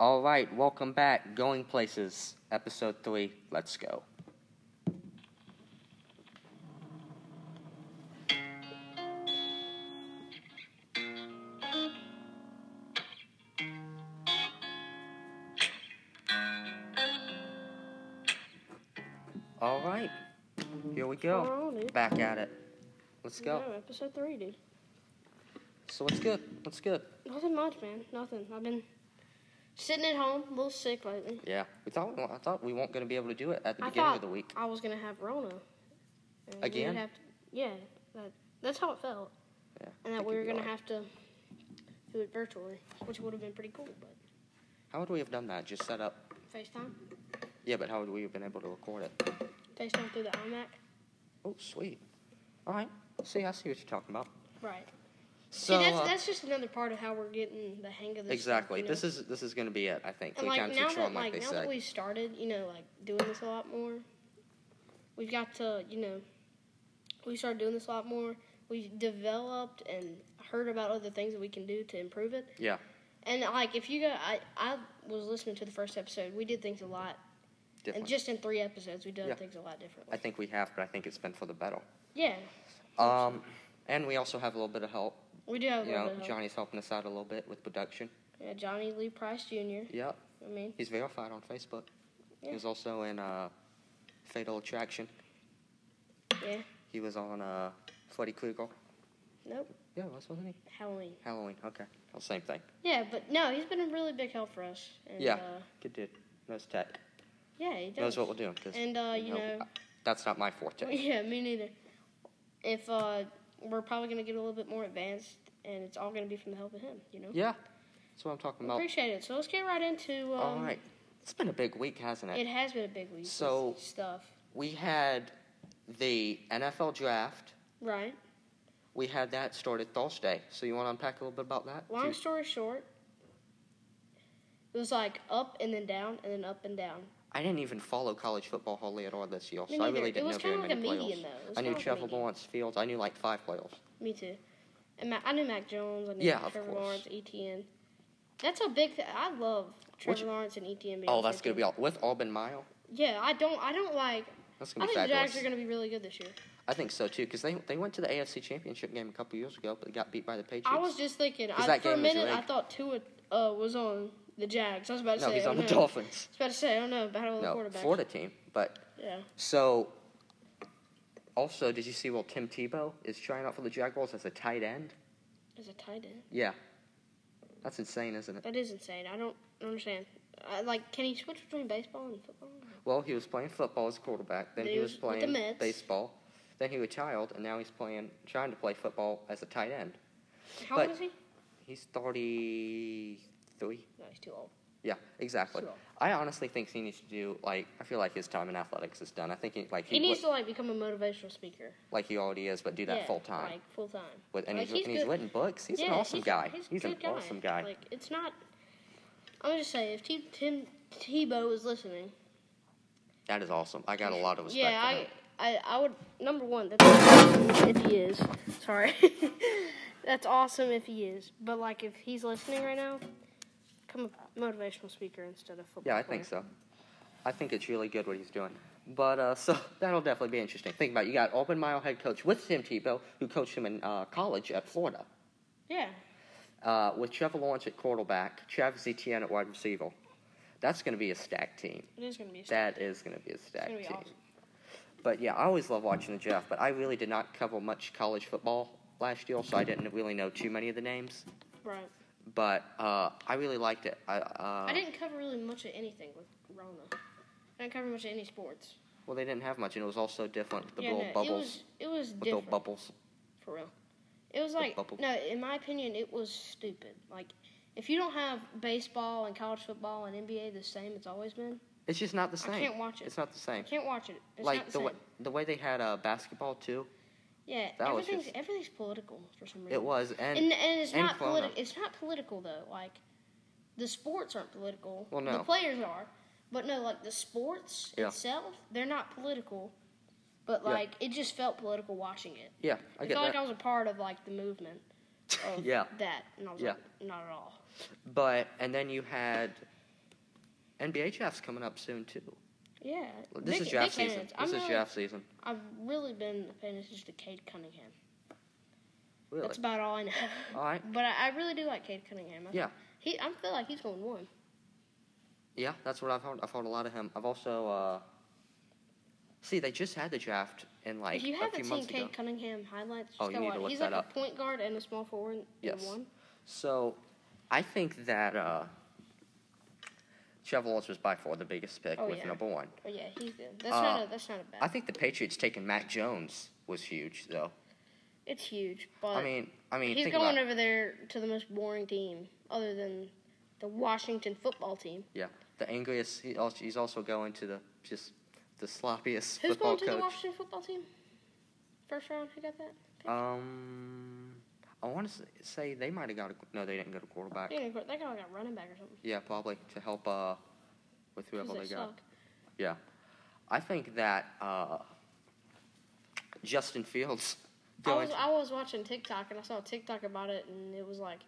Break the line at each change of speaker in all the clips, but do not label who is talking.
All right, welcome back. Going Places, Episode 3. Let's go. All right, here we go.
We're on it.
Back at it. Let's go.
No, episode three, dude.
So, what's good? What's good?
Nothing much, man. Nothing. I've been sitting at home, a little sick lately.
Yeah, we thought I thought we weren't going to be able to do it at the
I
beginning
thought
of the week.
I was gonna have Rona. And we
Again?
would have to- yeah, that, that's how it felt.
Yeah,
And that
think
we
you'd
were
be
gonna
alright.
have to do it virtually, which would have been pretty cool. But
How would we have done that? Just set up.
FaceTime,
Yeah, but how would we have been able to record it?
FaceTime through the iMac.
Oh, sweet. All right. See, I see what you're talking about.
Right.
So
See, that's,
uh,
that's just another part of how we're getting the hang of this.
exactly.
Stuff, you know?
This is this is going to be it. I think.
And
Three
like
times
now
each
that
one,
like
like,
now
they
that
say.
we started, you know, like doing this a lot more, we've got to, you know, we started doing this a lot more. We developed and heard about other things that we can do to improve it.
Yeah.
And like if you go, I I was listening to the first episode. We did things a lot, and
Different.
just in three episodes, we done
Yeah.
things a lot differently.
I think we have, but I think it's been for the better.
yeah,
Um, and we also have a little bit of help.
we do have a
You
little
know,
bit of help.
Johnny's helping us out a little bit with production.
Yeah, Johnny Lee Price Jr.
Yeah.
I mean,
He's verified on Facebook.
Yeah.
He was also in uh, Fatal Attraction.
yeah,
He was on uh, Freddy Krueger.
nope,
Yeah, was wasn't he?
Halloween.
Halloween. Okay. Well, same thing.
Yeah, but no, he's been a really big help for us. And,
Yeah.
uh,
Good dude. Knows tech.
yeah, he does.
Knows what we're doing. 'cause,
And uh, you know,
that's not my forte.
yeah, me neither. If uh, we're probably gonna get a little bit more advanced, and it's all gonna be from the help of him, you know.
Yeah. That's what I'm talking about.
Appreciate it. So let's get right into. Um,
All right. It's been a big week, hasn't it?
It has been a big week. with
So-
stuff,
We had the NFL draft.
right?
We had that started Thursday. So you want to unpack a little bit about that?
Long
Ju-
story short, it was like up and then down and then up and down.
I didn't even follow college football hardly at all this year,
Me
so I
neither.
really
It
didn't
was
know very
kinda like
many
a median,
players.
thow. It was
I knew
kinda like a
Trevor
median.
Lawrence Fields. I knew like five players.
Me too. And Ma- I knew Mac Jones. I knew
Yeah, of
Trevor
course.
Lawrence, ETN. That's a big. Th- I love Trevor
Which-
Lawrence and ETN. being
Oh,
on
that's
their
gonna be
team.
all with Auburn Mile.
Yeah, I don't. I don't like.
That's
I
gonna be
think the
fabulous.
Jags are gonna be really good this year.
I think so too, because they they went to the AFC Championship game a couple years ago, but they got beat by the Patriots.
I was just thinking.
'Cause
I,
that
for a
game was
minute, I
rigged.
thought Tua uh, was on the Jags. I was about to
no,
say.
he's
oh,
on
no.
the Dolphins.
I was about to say. I don't know. Battle of the
No,
quarterbacks.
Florida team. But
Yeah.
so also, did you see? Well, Tim Tebow is trying out for the Jaguars as a tight end.
As a tight end.
Yeah, that's insane, isn't it?
That is insane. I don't understand. I, like, can he switch between baseball and football?
Well, he was playing football as quarterback, then
Then
he
he
was
was with the
playing
Mets.
baseball, then he retired, and now he's playing trying to play football as a tight end.
How
But-
old is he?
He's thirty-three.
No, he's too old.
Yeah, exactly.
Sure.
I honestly think he needs to do like I feel like his time in athletics is done. I think he like
He
he,
needs
would-
to like become a motivational speaker.
like he already is, but do that
Yeah,
full time.
Like full time.
With and
like,
he's, and he's
good-
written books. He's an
Yeah,
awesome guy. He's,
He's, a
an
good guy.
awesome guy.
Like it's not. I'm just saying, if T- Tim Tebow is listening,
that is awesome. I got a lot of respect.
yeah,
for him.
I, I, I would number one. That's awesome if he is. Sorry, that's awesome if he is. But like, if he's listening right now, become a motivational speaker instead of football.
Yeah, I think so. I think it's really good what he's doing. But uh, so that'll definitely be interesting. Think about it. you got Auburn Mile head coach with Tim Tebow, who coached him in uh, college at Florida,
Yeah,
uh, with Trevor Lawrence at quarterback, Travis Etienne at wide receiver. That's going to be a stacked team.
it is gonna be. That,
That is going to be a stacked
gonna be
team.
awesome.
But yeah, I always love watching the draft. But I really did not cover much college football last year, so I didn't really know too many of the names.
right.
But uh, I really liked it. I, uh,
I didn't cover really much of anything with Rona. I didn't cover much of any sports.
Well, they didn't have much, and it was also different with the
yeah,
little
no,
bubbles.
it was it was
with little
different
bubbles.
for real. It was like
bubble.
no, in my opinion, it was stupid. Like if you don't have baseball and college football and NBA the same it's always been,
It's just not the
I
same.
can't watch it.
It's not the
I
same.
can't watch it. It's
like
not the,
the,
same.
way the way they had uh, basketball too.
Yeah,
That was
everything's
just-
everything's political for some reason.
It was and,
and, and it's
and
not
Corona.
political. It's not political though. Like the sports aren't political.
Well,
the
no.
players are, but no, like the sports
Yeah.
itself, they're not political. But
Yeah.
like it just felt political watching it.
yeah, I
I
get
felt
that.
like I was a part of like the movement of
Yeah.
that, and I was
Yeah.
like, not at all.
but and then you had NBA draft's coming up soon too.
Yeah.
This
big-
is draft
big
season.
candidates.
This
I'm
is
really,
draft season.
I've really been paying attention to Cade Cunningham.
Really?
That's about all I know.
All right.
But I, I really do like Cade Cunningham. I,
Yeah.
He, I feel like he's going one.
Yeah, that's what I've heard. I've heard a lot of him. I've also uh, see they just had the draft in like
if you
a few
haven't seen
months ago.
Cade Cunningham highlights, just
Oh, you
go
need
watch.
to look
he's
that
like
up.
a point guard and a small forward. in
Yes.
One.
So, I think that uh, Trevor Lawrence was by far the biggest pick
Oh,
with
yeah.
number one.
Oh yeah, he's good. That's
Uh,
not a, that's not a bad.
I think the Patriots taking Mac Jones was huge, though.
it's huge, but
I mean, I mean,
he's
think
going
about
over there to the most boring team other than the Washington football team.
yeah, the angriest. He also, he's also going to the just the sloppiest
Who's
football
going to the
coach.
Washington football team? First round, who got that?
um, I want to say they might have got a no, they didn't get a quarterback.
They got they got like a running back or something.
Yeah, probably to help uh, with
'cause
whoever they,
they
got.
suck.
Yeah, I think that uh, Justin Fields.
I
Going
was I was watching TikTok and I saw a TikTok about it and it was like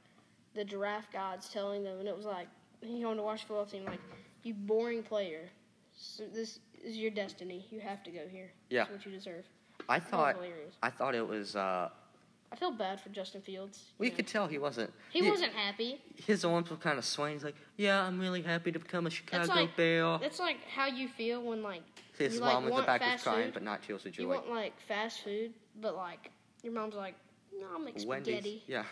the draft gods telling them and it was like you going to Washington football team like you boring player. So this is your destiny. You have to go here.
Yeah.
It's what you deserve.
I
That was
thought
hilarious.
I thought it was. Uh,
I feel bad for Justin Fields. you
we
know.
could tell he wasn't.
He wasn't happy.
His arms were kind of swaying. He's like, "Yeah, I'm really happy to become a Chicago
like-
Bear."
That's like how you feel when like
His
you, like,
mom in the
want
back was
fast
crying,
food.
but not tears of
you
joy.
want like fast food, but like your mom's like, no, I'll make
Wendy's,
spaghetti.
yeah,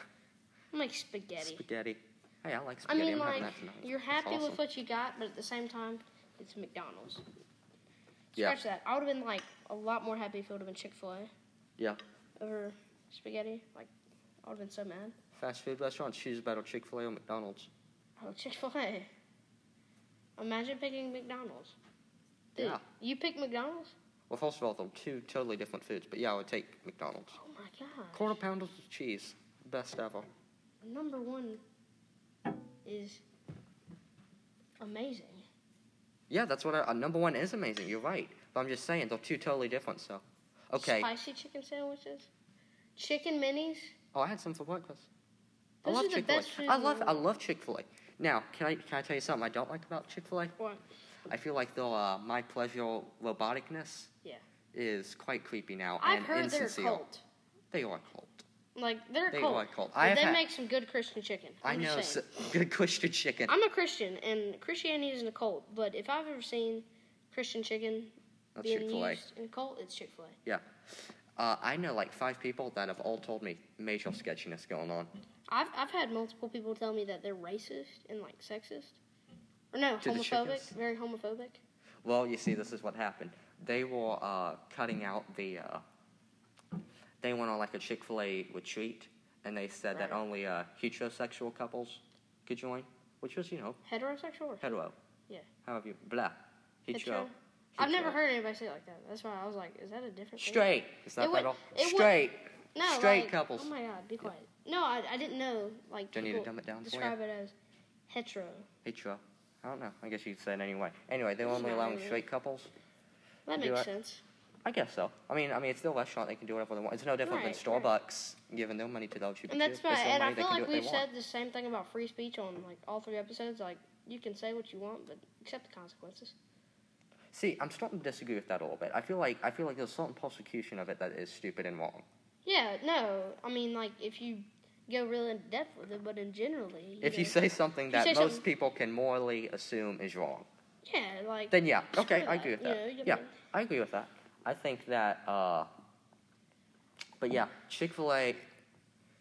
I'll make spaghetti.
spaghetti. Hey, I like
I
spaghetti.
mean,
am having
like
that tonight.
you're
It's
happy
awesome.
with what you got, but at the same time, it's McDonald's.
Yeah.
Scratch that. I would have been like a lot more happy if it would have been Chick Fil A
Yeah,
over spaghetti. Like I would have been so mad.
fast food restaurants choose better Chick Fil A or McDonald's.
Oh, Chick Fil A. Imagine picking McDonald's. Dude,
Yeah.
You pick McDonald's?
Well, first of all, they're two totally different foods, but yeah, I would take McDonald's.
Oh my god.
Quarter pounders with cheese, best ever.
number one is amazing.
Yeah, that's what I, uh, number one is amazing. You're right, but I'm just saying they're two totally different. So, okay.
Spicy chicken sandwiches, chicken minis.
Oh, I had some for breakfast.
Those
I
are
love
the
Chick Fil
best foods
A. I
in the
love I
world.
love Chick Fil A. Now, can I can I tell you something I don't like about Chick Fil A?
What?
I feel like the uh, my pleasure roboticness
Yeah.
is quite creepy now
I've
and
heard they're a
insincere.
cult.
They are cult.
Like they're a
They
cult.
are cult.
but
I have
they
had-
make some good Christian chicken.
i
I'm
know.
Just saying.
so- good question, chicken.
I'm a Christian, and Christianity isn't a cult. But if I've ever seen Christian chicken
That's
being
Chick-fil-A.
used in a cult, it's Chick Fil A.
Yeah. Uh, I know like five people that have all told me major sketchiness going on.
I've I've had multiple people tell me that they're racist and like sexist, or no,
To the
homophobic,
chickens?
very homophobic.
Well, you see, this is what happened. They were uh, cutting out the. Uh, they went on like a Chick Fil A retreat, and they said that
Right.
only uh, heterosexual couples could join, which was you know
Heterosexual or
hetero.
Yeah.
However, you blah hetero.
Hetero? I've never
hetero.
heard anybody say it like that. That's why I was like, is that a different thing?
Straight. Is that
It would-
that all?
it would-
Straight.
No,
straight
like-
couples.
Oh my god, be quiet. No, I, I didn't know. Like,
Do I need to
people
dumb it down for you?
Describe it as hetero.
Hetero. I don't know. I guess you could say it anyway. Anyway, they were
It's
only
not
allowing
really.
straight couples.
That
Do
makes
I-
sense.
I guess so. I mean, I mean, it's their restaurant. They can do whatever they want. It's no different
Right,
than
right.
Starbucks giving their money to the LGBT.
And that's
It's
why,
their
and I
money, they
feel
can do
like
what they
we've
want.
said the same thing about free speech on like all three episodes. Like, you can say what you want, but accept the consequences.
See, I'm starting to disagree with that a little bit. I feel like I feel like there's certain persecution of it that is stupid and wrong.
Yeah, no, I mean like if you go real in depth with it, but in generally, you
If you
know-
say something
you
that
say
most
something-
people can morally assume is wrong,
yeah, like
then yeah,
Screw
okay, I
that,
agree with
you know,
that.
you
yeah,
mean-
I agree with that. I think that, uh, but yeah, Chick Fil A,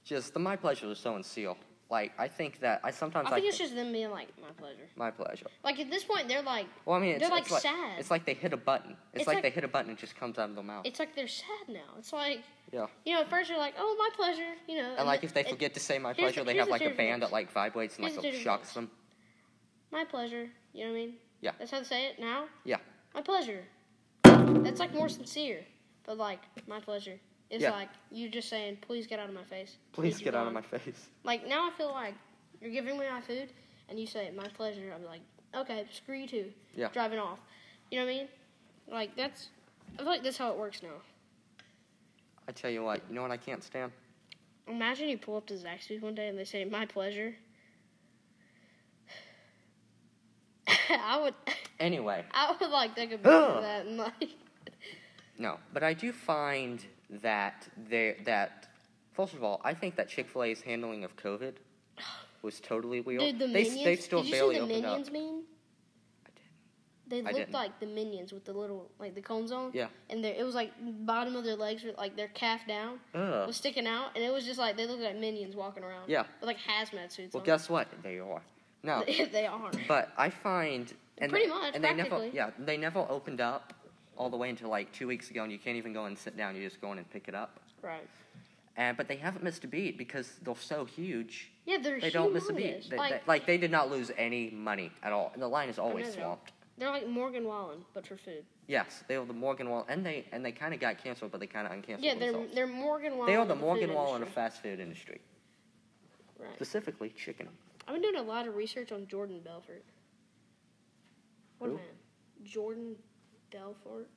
just the my pleasure is so unsealed. Like I think that I sometimes
I
like
think it's just them being like my pleasure.
my pleasure.
Like at this point, they're like
Well, I mean, it's,
They're, like,
it's
sad.
It's like they hit a button. It's,
It's
like,
like-
they hit a button and it just comes out of their mouth.
it's like they're sad now. It's like
yeah.
you know, at first you're like, oh, my pleasure, you know.
And like
th-
if they
it-
forget to say my
here's
pleasure,
the-
they
here's
have
the
like a
two
band
difference.
that like vibrates and
Here's
like
the
it
two
shocks
difference.
them.
my pleasure, you know what I mean?
Yeah.
That's how they say it now?
Yeah.
My pleasure. That's like more sincere. But like, my pleasure is
Yeah.
like, you just saying, please get out of my face.
Please
be
get out of
gone."
my face.
Like, now I feel like you're giving me my food and you say, my pleasure. I'm like, okay, screw you too.
Yeah.
Driving off. You know what I mean? Like, that's, I feel like that's how it works now.
I tell you what, you know what I can't stand?
Imagine you pull up to Zaxby's one day and they say, "My pleasure." I would,
Anyway,
I would like take a picture
Ugh.
of that and like.
no, but I do find that there that first of all, I think that Chick Fil A's handling of COVID was totally weird.
Dude, the
they,
minions.
they still
Did you
barely
see the
opened
minions
up.
meme? They
I
looked
didn't.
like the minions with the little like the cones on.
Yeah.
And their- it was like bottom of their legs were like their calf down
Ugh.
was sticking out, and it was just like they looked like minions walking around.
Yeah.
With like hazmat suits.
Well,
on.
guess what? They are no,
they are.
but I find and
Pretty
they-
much,
and they never
practically.
yeah they never opened up all the way until like two weeks ago, and you can't even go and sit down. You just go in and pick it up.
Right.
And but they haven't missed a beat because they're so huge.
Yeah, they're
They don't miss a beat.
humongous.
They,
like,
they, like they did not lose any money at all. And the line is always
know.
swamped.
they're like Morgan Wallen, but for food.
Yes, they were the Morgan Wall, and they and they kind of got canceled, but they kind of uncanceled
Yeah, they're
themselves.
they're Morgan Wallen.
They are
of
the
food
Morgan Wall in the
industry.
fast food industry,
Right.
specifically chicken.
I've been doing a lot of research on Jordan Belfort. What a
Who?
man. Jordan Belfort.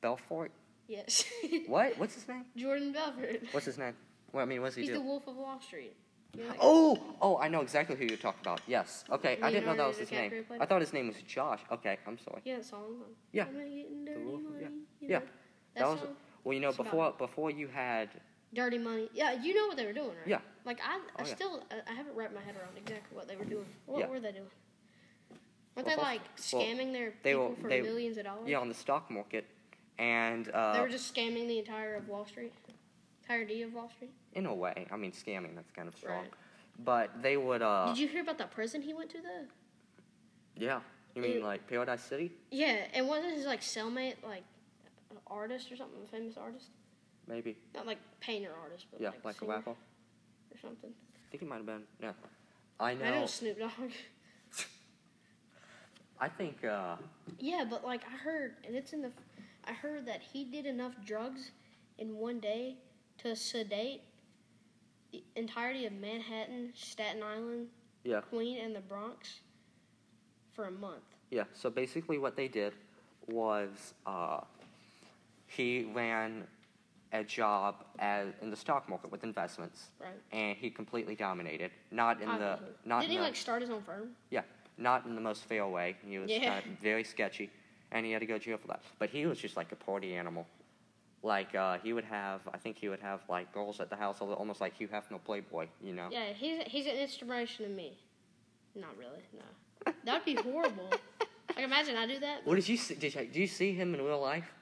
Belfort.
Yes.
What? What's his name?
Jordan Belfort.
What's his name? Well, I mean, what's he
He's
do?
the Wolf of Wall Street. You know that
Oh, oh, I know exactly who you're talking about. Yes. Okay, I didn't know that
Leonardo
was his name.
DiCaprio played
I
it?
thought his name was Josh. Okay, I'm sorry.
Yeah, that song.
Yeah.
I'm not getting dirty
Wolf of-
money.
yeah.
you
Yeah.
know? That,
That was
song,
well, you know,
It's about-
before before you had
dirty money. Yeah, you know what they were doing, right?
Yeah.
Like I, I
Oh, yeah.
still, I, I haven't wrapped my head around exactly what they were doing. What
Yeah.
were they doing? Weren't
Well,
they
both-
like
well,
scamming their
they
people
were-
for
they-
millions of dollars?
yeah on the stock market, and uh,
they were just scamming the entire of Wall Street, entirety of Wall Street.
in a way, I mean, scamming. That's kind of strong.
Right.
But they would. Uh,
Did you hear about that prison he went to though?
yeah. You mean
you-
like Paradise City?
Yeah, and wasn't his like cellmate like an artist or something, a famous artist?
Maybe.
Not like painter artist, but
Yeah,
like,
like a
singer
rapper.
or something.
I think it might have been. Yeah. I know.
I
I,
know Snoop Dogg.
think. Uh,
Yeah, but like I heard, and it's in the, I heard that he did enough drugs in one day to sedate the entirety of Manhattan, Staten Island,
yeah.
Queen, and the Bronx for a month.
Yeah, so basically what they did was uh, he ran a job as, in the stock market with investments,
Right.
and he completely dominated. Not in the
Obviously.
not
did
in
he
the,
like start his own firm?
yeah, not in the most fair way. He was
Yeah.
kind of very sketchy, and he had to go to jail for that. But he was just like a party animal. Like uh, he would have, I think he would have like girls at the house, al- almost like Hugh Hefner Playboy, you know.
Yeah, he's he's an inspiration to me. Not really, no. That'd be horrible. like imagine I do that.
What did you see? Did you, did you see him in real life?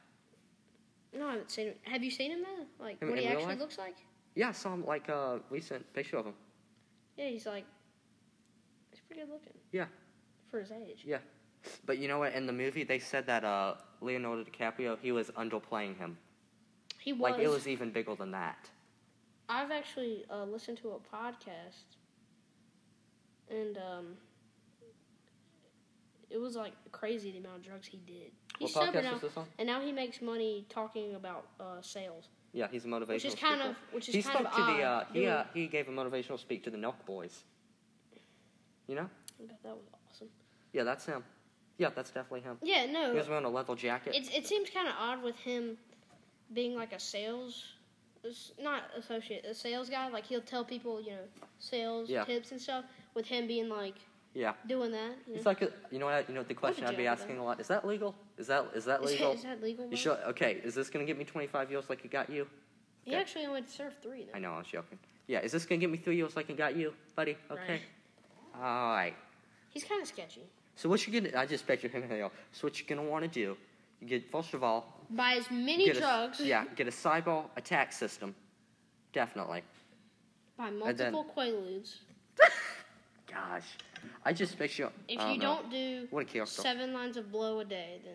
No, I haven't seen him. Have you seen him though? Like
Him
what
in
he
real
actually
life?
looks like?
Yeah, I saw him like a uh, recent picture of him.
Yeah, he's like, he's pretty good looking.
Yeah.
For his age.
Yeah. But you know what? In the movie, they said that uh, Leonardo DiCaprio, he was underplaying him.
He was.
Like, it was even bigger than that.
I've actually uh, listened to a podcast, and um, it was like crazy the amount of drugs he did. He's
what
sober
podcast
now,
is this on?
and now he makes money talking about uh, sales,
Yeah, he's a motivational
which is kind
speaker.
of which is
he
kind
spoke
of "Oh,
to
odd.
the, uh, he,
doing-
uh, he gave a motivational speak to the Knock Boys. You know?
I bet that was awesome.
Yeah, that's him. Yeah, that's definitely him.
Yeah,
He was
no,
wearing a leather jacket.
it's it seems kind of odd with him being like a sales. it's Not associate, a sales guy. Like he'll tell people, you know, sales
Yeah.
tips and stuff. With him being like
yeah.
doing that, you know?
It's like, a, you know what? You know what the question
a
I'd be
joke,
asking a lot? Is that legal? Is that is that
Is that-
legal?
Is that legal?
you
Mike?
sure? Okay, is this gonna get me 25 years like it got you?
He
Okay.
actually only served three.
I
Though.
know, I was joking. Yeah, is this gonna get me three years like it got you, buddy? Okay. All right.
He's kind of sketchy.
So what you gonna? I just bet you him. So what you gonna want to do? You get first of all,
Buy as many
get
drugs.
a, yeah, get a cyber attack system, definitely.
Buy
then-
multiple Quaaludes.
Gosh, I just picture.
If
I
you
know.
don't do
what a character.
seven lines of blow a day, then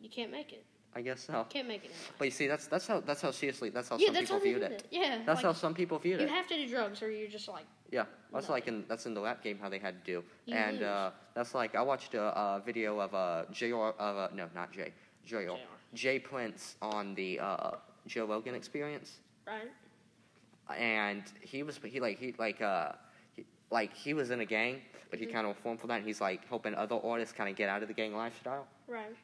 you can't make it.
I guess so.
Can't make it. in life.
But you see, that's that's how that's how seriously that's how
Yeah,
some
that's
people
how they
viewed
did
it.
it. Yeah,
That's how
like,
some people viewed
you
it.
have to do drugs, or you're just like
Yeah, that's
No.
like in that's in the rap game how they had to do,
You
and
lose.
uh, that's like I watched a, uh video of uh, Jr. of uh, no not Jay Jr.
JR.
Jay Prince on the uh, Joe Rogan Experience,
right.
and he was he like he like uh he, like he was in a gang, but
Mm-hmm.
he kind of formed for that. And he's like helping other artists kind of get out of the gang lifestyle.
Right.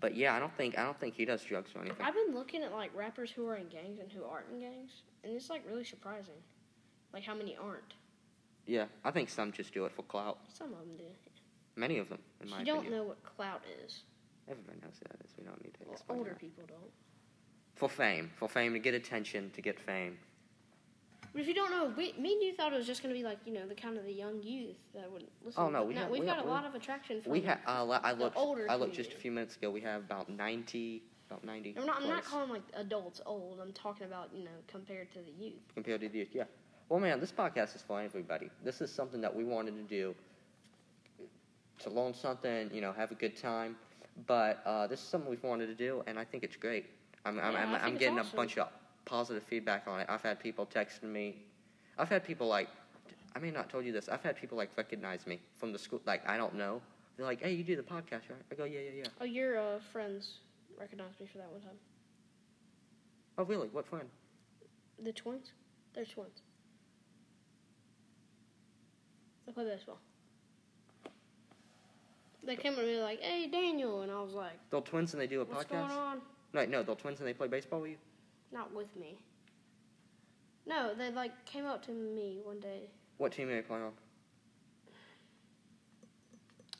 But yeah, I don't think I don't think he does drugs or anything.
I've been looking at like rappers who are in gangs and who aren't in gangs, and it's like really surprising, like how many aren't.
yeah, I think some just do it for clout.
Some of them do.
Many of them, in my
You don't
opinion.
know what clout is.
Everyone knows who that is. We don't need to
Well,
explain
older
that.
people don't.
For fame. For fame, to get attention, to get fame.
But if you don't know, we, me and you thought it was just going to be like you know the kind of the young youth that would listen.
Oh, no,
but
we have-
we've
we
got
have-
a
we-
lot of attraction from.
We have. Uh, li- I
the
looked.
older
I looked just a
community.
few minutes ago. We have about ninety, about ninety.
I'm not. I'm not
votes
calling like adults old. I'm talking about you know compared to the youth.
compared to the yeah. Well, man, this podcast is for everybody. This is something that we wanted to do to learn something, you know, have a good time. But uh, this is something we've wanted to do, and I think it's great. I'm, I'm,
Yeah, I
I'm,
think
I'm
it's
getting a
awesome.
bunch of positive feedback on it. I've had people texting me. I've had people like, I may not told you this. I've had people like recognize me from the school. Like I don't know. They're like, "Hey, you do the podcast, right?" I go, "Yeah, yeah, yeah."
Oh, your uh, friends recognized me for that one time.
Oh, really? What friend?
The twins? They're twins. They play baseball. They came up to me like, "Hey, Daniel," and I was like,
They're twins and they do a
"What's
podcast.
going on?"
No, no, they're twins and they play baseball with you.
Not with me. No, they like came up to me one day.
What team are they playing on?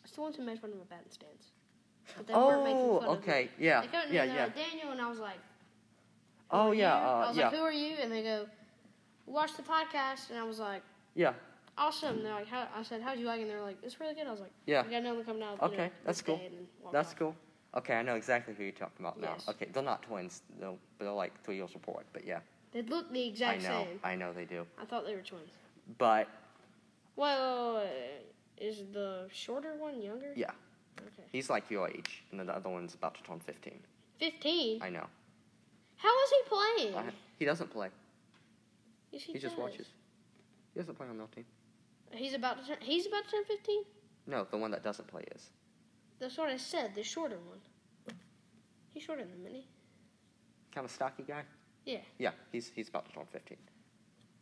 It's the ones who made fun of my batting stance. But they weren't making
Oh,
fun of me.
okay, yeah,
They came up to me
yeah,
and they're
yeah.
like, Daniel, and I was like, "Who
Oh
are
yeah,
you?" I
uh,
was
yeah,
like, "Who are you?" And they go, "Watch the podcast," and I was like.
yeah,
awesome. They're like, how, I said, how'd you like it? And they're like, it's really good. I was like,
Yeah.
We got another coming out.
Okay, that's cool. That's cool. Okay, I know exactly who you're talking about now.
Yes.
Okay, they're not twins, though, but they're like three years apart. But yeah,
They look the
I
exact
know,
same.
I know they do.
I thought they were twins.
But
Well, uh, is the shorter one younger?
yeah,
Okay.
he's like your age, and then the other one's about to turn 15.
Fifteen.
I know.
How is he playing?
I, he doesn't play.
yes,
He just
does.
watches. He doesn't play on their team.
He's about to turn. He's about to turn fifteen.
No, the one that doesn't play is.
That's what I said. The shorter one. He's shorter than Minnie.
kind of stocky guy.
Yeah.
Yeah, he's he's about to turn fifteen.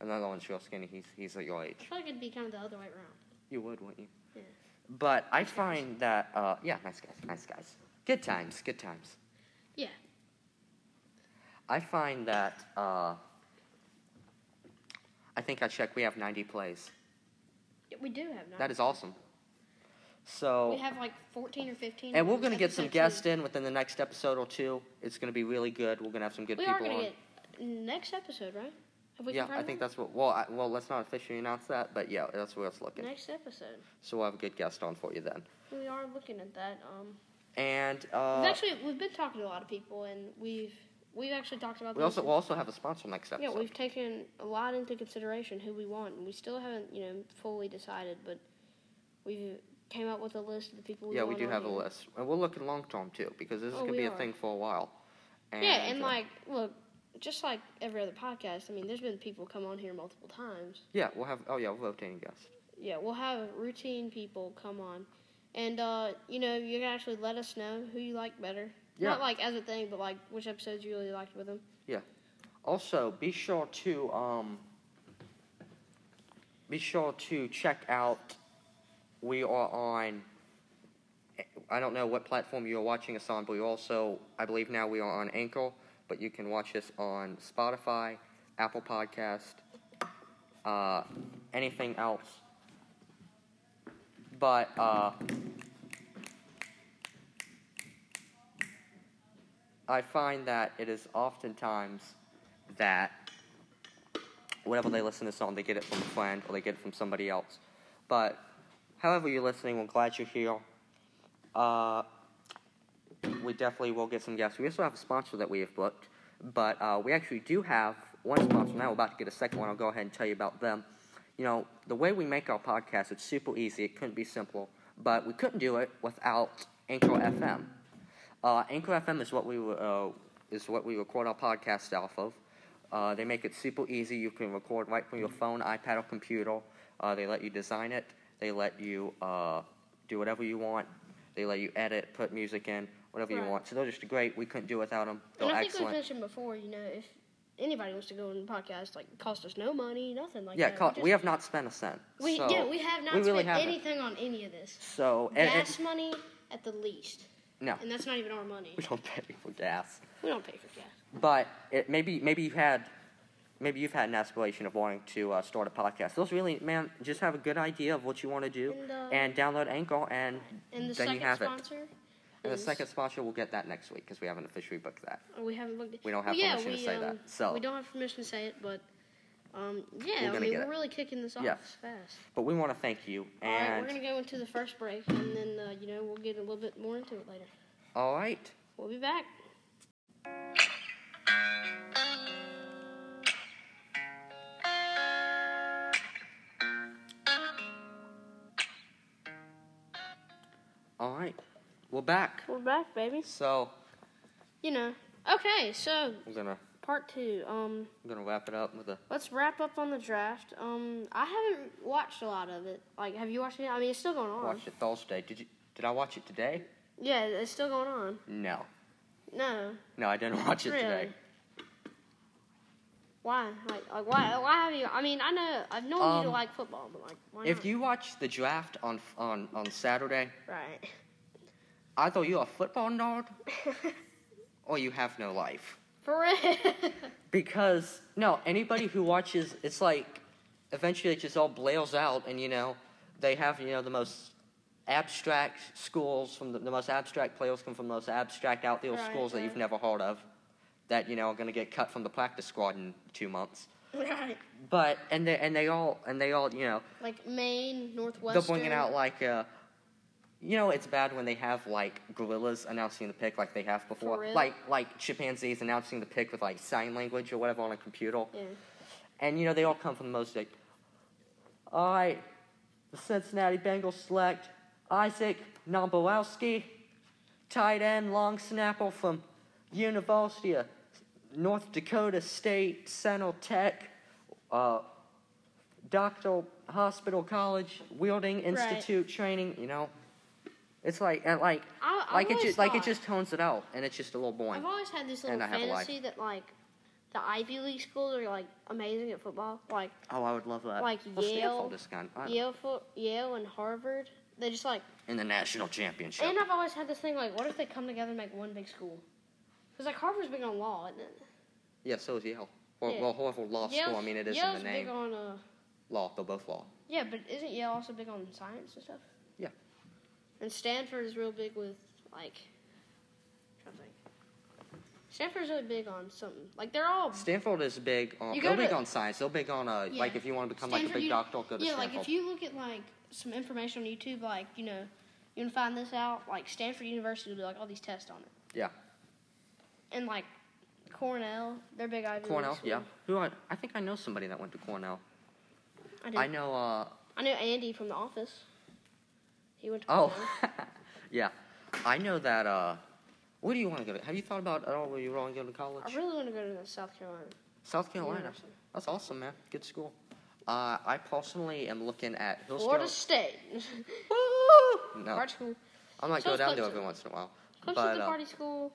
And the other one's real skinny. He's he's at your
I
age.
feel like it'd be kind of the other way around.
You would, wouldn't you?
Yeah.
But I find that uh, yeah, nice guys, nice guys. Good times, good times.
Yeah.
I find that uh, I think I checked. We have ninety plays.
Yeah, We do have nine.
That is awesome. So
We have like fourteen or fifteen.
and we're
on
gonna get some
episode two.
guests in within the next episode or two. It's gonna be really good. We're gonna have some good
We
people
are gonna
on.
get next episode, right? Have we
yeah,
confirmed
I think
that?
that's what. Well, I, well, let's not officially announce that, but yeah, that's where it's looking.
next episode.
So we'll have a good guest on for you then.
We are looking at that. Um,
And
we've
uh,
actually we've been talking to a lot of people, and we've we've actually talked about
we
this.
also we'll also have a sponsor next
yeah,
episode.
we've taken a lot into consideration who we want, and we still haven't you know fully decided, but we came up with a list of the people. We
yeah, we
want
do
on
have a
here.
list, and we're looking long term too because this is
Oh,
gonna
we
be a
are.
thing for a while. And,
Yeah, and
uh,
like look, just like every other podcast, I mean, there's been people come on here multiple times.
yeah, we'll have oh yeah, rotating guests.
Yeah, we'll have routine people come on. And, uh, you know, you can actually let us know who you like better.
Yeah.
Not like as a thing, but like which episodes you really liked with them.
Also, be sure to um, be sure to check out. We are on. I don't know what platform you're watching us on, but we also, I believe now we are on Anchor, but you can watch us on Spotify, Apple Podcast, uh, anything else. But uh, I find that it is oftentimes that whenever they listen to song, they get it from a friend or they get it from somebody else. But however you're listening, we're glad you're here. Uh, we definitely will get some guests. We also have a sponsor that we have booked, but uh, we actually do have one sponsor now. We're about to get a second one. I'll go ahead and tell you about them. You know, the way we make our podcast, it's super easy. It couldn't be simple, but we couldn't do it without Anchor FM. Uh, Anchor FM is what we uh, is what we record our podcast off of. Uh, they make it super easy. You can record right from your phone, iPad, or computer. Uh, they let you design it. They let you uh, do whatever you want. They let you edit, put music in, whatever you
Right.
want. So they're just great. We couldn't do without them. They're
and I
Oh,
think
excellent.
we've mentioned before, you know, if anybody wants to go on the podcast, like, it cost us no money, nothing like
yeah,
that.
co-
just-
we have not spent a cent.
we,
so,
yeah, we have not
we really
spent
haven't.
anything on any of this.
So and, and-
gas money at the least.
no,
And that's not even our money.
we don't pay for gas.
We don't pay for gas.
But it, maybe maybe you had maybe you've had an aspiration of wanting to uh, start a podcast. Those really, man, just have a good idea of what you want to do
And, uh,
and download Anchor, and
And the
then you
second
have
sponsor.
it. And the
is-
second sponsor, we'll get that next week because we haven't officially booked that.
Oh, we haven't looked. At,
We don't have
well, yeah,
permission to
we,
say
um,
that, so-
we don't have permission to say it, but um,
We're
yeah, I
gonna
mean,
get
we're
it.
really kicking this off
Yeah.
fast.
But we want to thank you.
All right,
And
we're gonna go into the first break, and then uh, you know we'll get a little bit more into it later.
all right.
We'll be back.
All right. We're back.
We're back, baby.
So
You know. Okay, so
I'm gonna
part two. Um,
I'm gonna wrap it up with a
let's wrap up on the draft. Um, I haven't watched a lot of it. Like, have you watched it? I mean, it's still going on.
watch it Thursday. Did you? Did I watch it today?
Yeah, it's still going on.
No.
No,
No, I didn't watch it
really.
today.
Why? Like, like why? Why have you? I mean, I know I've known you to
Um,
like football, but like, why
If
not?
you watch the draft on on on Saturday,
right.
I thought you were a football nerd, or you have no life.
For real.
Because no, anybody who watches, it's like eventually it just all blails out, and you know they have you know the most abstract schools from the, the most abstract players come from the most abstract outfield
Right,
schools that
right.
you've never heard of, that you know are going to get cut from the practice squad in two months.
right.
But and they and they all and they all you know
Like Maine,
they're
Northwestern.
bringing out like uh, you know it's bad when they have like gorillas announcing the pick like they have before,
real?
like like chimpanzees announcing the pick with like sign language or whatever on a computer.
Yeah.
And you know, they all come from the most like, all right, the Cincinnati Bengals select Isaac Nombolowski, tight end, long snapper from University of North Dakota State Central Tech, uh, Doctoral Hospital College, Wielding Institute training. You know, it's like and like
I, I've
like it
always
just like it
thought-
just tones it out, and it's just a little boring.
I've always had this
And
little
I have a life.
fantasy that like the Ivy League schools are like amazing at football. Like
Oh, I would love that.
like
Well,
Yale-
Stanford is gone. I-
Yale, fo- Yale and Harvard, they just like.
in the national championship.
And I've always had this thing like, what if they come together and make one big school? Because like Harvard's big on law, isn't it?
Yeah, so is Yale. Well,
Yeah.
well Harvard Law School, I mean, it is
Yale's
in the name.
big on uh,
law, they're both law.
yeah, but isn't Yale also big on science and stuff?
Yeah.
And Stanford is real big with like. I'm trying to think. Stanford's really big on something. Like they're all
Stanford is big on,
You
they're
go
big
to-
on science. They're big on, uh,
Yeah.
like, if you want to become, like, a
Stanford,
big
you-
doctor, go to
yeah,
Stanford.
like if you look at like some information on YouTube, like you know, you can find this out. Like Stanford University will be like all these tests on it,
yeah.
and like Cornell, they're big Ivy League
Cornell,
school.
yeah. Who I, I think I know somebody that went to Cornell.
I,
I
know.
know, uh,
I know Andy from The Office. He went to
oh,
Cornell.
yeah. I know that, uh, where do you want to go to? Have you thought about at all where you want to go to college?
I really want to go to South Carolina.
South Carolina.
University.
That's awesome, man. Good school. Uh, I personally am looking at Hillsdale.
Florida State.
Woo! No,
Art school.
I might
So
go
is
down there
Clemson.
every once in a while.
Clemson's
But,
a
uh,
party school.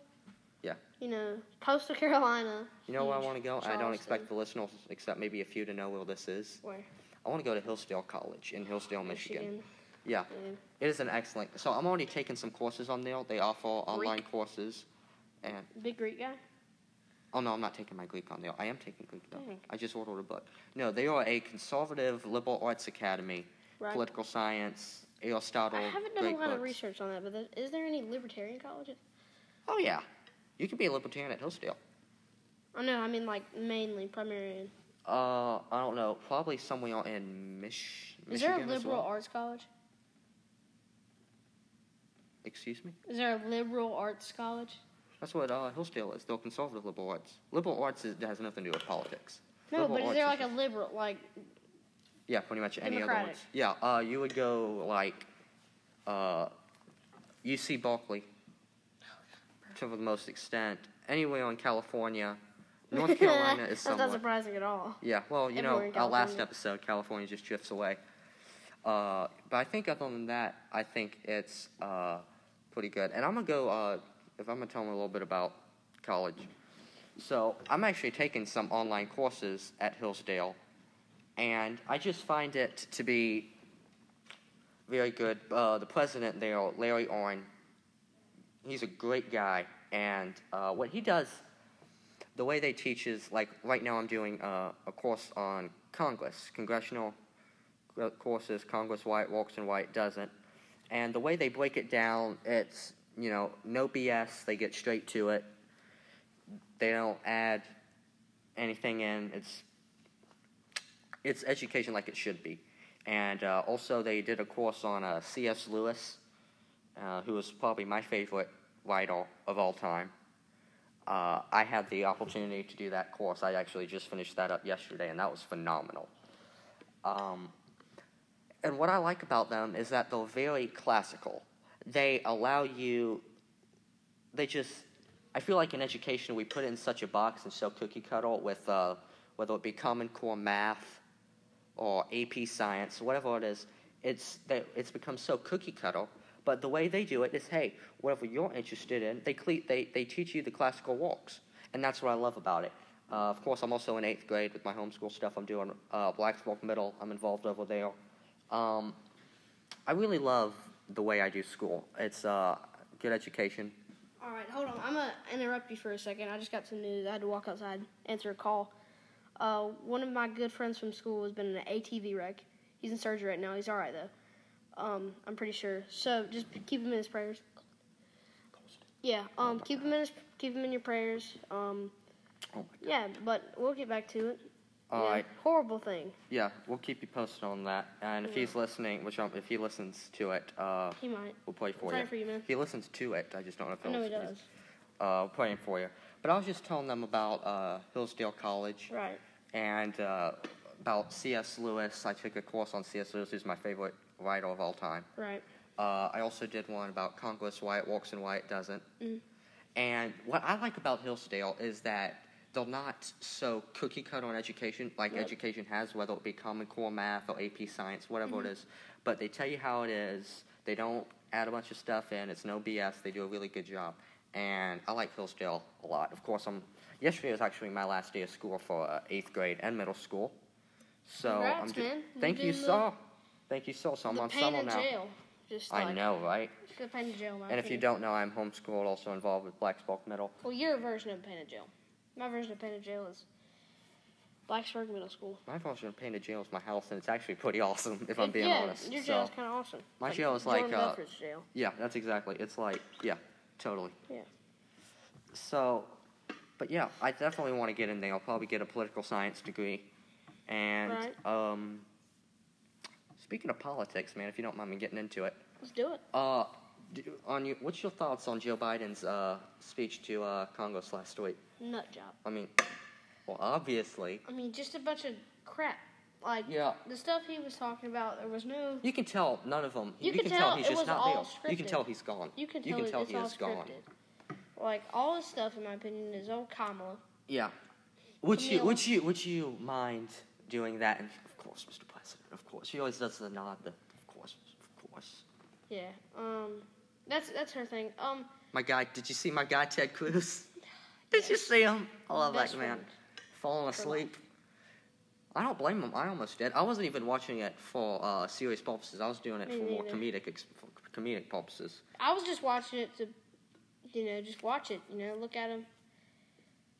yeah.
You know, Coastal Carolina.
You know where I
huge.
want to go? I don't expect
Charleston.
the listeners, except maybe a few, to know where this is.
Where?
I want to go to Hillsdale College in Hillsdale, Michigan. Yeah,
Michigan.
it is an excellent. So I'm already taking some courses on there. They offer online courses, and
Yeah. Big Greek guy.
oh no, I'm not taking my Greek on there. I am taking Greek though.
Dang.
I just ordered a book. No, they are a conservative liberal arts academy,
Right.
political science, Aristotle.
I haven't done a
great
lot of
books.
research on that, but there- is there any libertarian colleges?
Oh yeah, you can be a libertarian at Hillsdale.
Oh no, I mean like mainly primary. and-
Uh, I don't know. Probably somewhere in Mich- Michigan.
Is there a
as
liberal
well.
arts college?
Excuse me.
Is there a liberal arts college?
That's what uh, Hillsdale is. They're conservative liberal arts. Liberal arts is, has nothing to do with politics.
No,
Liberal
but is there
arts
like a liberal like
yeah, pretty much any other
Democratic.
ones. Yeah, uh, you would go like uh, UC Berkeley
Oh,
to the most extent. Anywhere in California, North Carolina is
That's not
somewhat.
surprising at all.
Yeah, well, you
Everywhere
know,
in
our last
California.
episode, California just drifts away. Uh, but I think other than that, I think it's uh, pretty good. And I'm gonna go. Uh, if I'm gonna tell them a little bit about college, so I'm actually taking some online courses at Hillsdale, and I just find it to be very good. Uh, the president there, Larry Orn, he's a great guy, and uh, what he does the way they teach is like right now I'm doing a, a course on Congress, congressional uh, courses, Congress why it works and why it doesn't, and the way they break it down, it's you know no BS. They get straight to it. They don't add anything in. It's it's education like it should be, and uh, also they did a course on uh, C.S. Lewis, uh, who is probably my favorite writer of all time. Uh, I had the opportunity to do that course. I actually just finished that up yesterday, and that was phenomenal. Um, and what I like about them is that they're very classical. They allow you, they just, I feel like in education we put it in such a box and so cookie cutter with uh, whether it be Common Core math or AP science, whatever it is, it's, that it's become so cookie cutter. But the way they do it is, hey, whatever you're interested in, they, cle- they, they teach you the classical walks. And that's what I love about it. Uh, of course, I'm also in eighth grade with my homeschool stuff. I'm doing uh, Blacksburg Middle. I'm involved over there. Um, I really love the way I do school. It's uh, good education.
All right, hold on. I'm gonna interrupt you for a second. I just got some news. I had to walk outside, answer a call. Uh, one of my good friends from school has been in an ATV wreck. He's in surgery right now. He's all right though. Um, I'm pretty sure. So just keep him in his prayers. Yeah. Um, keep him in his, keep him in your prayers. Um,
Oh my God.
yeah, but we'll get back to it.
All
Yeah,
right.
Horrible thing.
Yeah, we'll keep you posted on that. And if
Yeah.
he's listening, which um, if he listens to it, uh,
He might.
we'll play for
Pray
you.
for you, man.
He listens to it. I just don't know if
I know he
listen to
does.
it. Uh, praying for you. But I was just telling them about uh, Hillsdale College.
Right.
and uh, about C.S. Lewis. I took a course on C.S. Lewis, who's my favorite writer of all time.
Right.
Uh, I also did one about Congress, why it works and why it doesn't.
Mm.
And what I like about Hillsdale is that they're not so cookie cutter on education, like
Yep.
education has, whether it be Common Core math or AP science, whatever
Mm-hmm.
it is. But they tell you how it is. They don't add a bunch of stuff in. It's no BS. They do a really good job. And I like Hillsdale a lot. Of course, I'm. Yesterday was actually my last day of school for uh, eighth grade and middle school. So I'm
Congrats,
ju-
man. You
thank you,
did the-
so. Thank you so. So I'm
the
on
pain
summer
in
now.
jail. Just
I
like-
know, right?
just The pain in jail. my
And if you don't
opinion.
know, I'm homeschooled, also involved with Blacksburg Middle.
Well, your version of pain in jail. My version of pain in jail is Blacksburg Middle School.
My version of painted jail is my house, and it's actually pretty awesome, if I'm being
yeah,
honest.
your jail
so,
is kind of awesome.
My jail is like,
Jordan
uh,
Belfort's jail.
yeah, that's exactly. It's like, yeah, totally.
Yeah.
So, but yeah, I definitely want to get in there. I'll probably get a political science degree. And,
Right.
um, speaking of politics, man, if you don't mind me getting into it,
Let's do it.
uh, do, on your, what's your thoughts on Joe Biden's uh, speech to uh, Congress last week?
Nut job.
I mean, well, obviously,
I mean, just a bunch of crap. Like
Yeah.
the stuff he was talking about. There was no.
You can tell none of them.
You can tell
he's
it
just
was
not
all
there. You can
scripted.
tell he's gone.
You can
you
tell,
can
it-
tell
it's
he
all
is gone.
scripted. Like all his stuff, in my opinion, is old Kamala.
Yeah. Would you
Camille.
would you would you mind doing that? And of course, Mr. President. Of course, she always does the nod. The, of course, of course.
Yeah. Um. That's that's her thing. Um.
My guy, did you see my guy Ted Cruz? Did you see him? I love
Best
that man.
friend.
Falling
For life.
asleep. I don't blame him. I almost did. I wasn't even watching it for uh, serious purposes. I was doing it
Me
for more
neither.
comedic ex- for comedic purposes.
I was just watching it to, you know, just watch it. You know, look at him.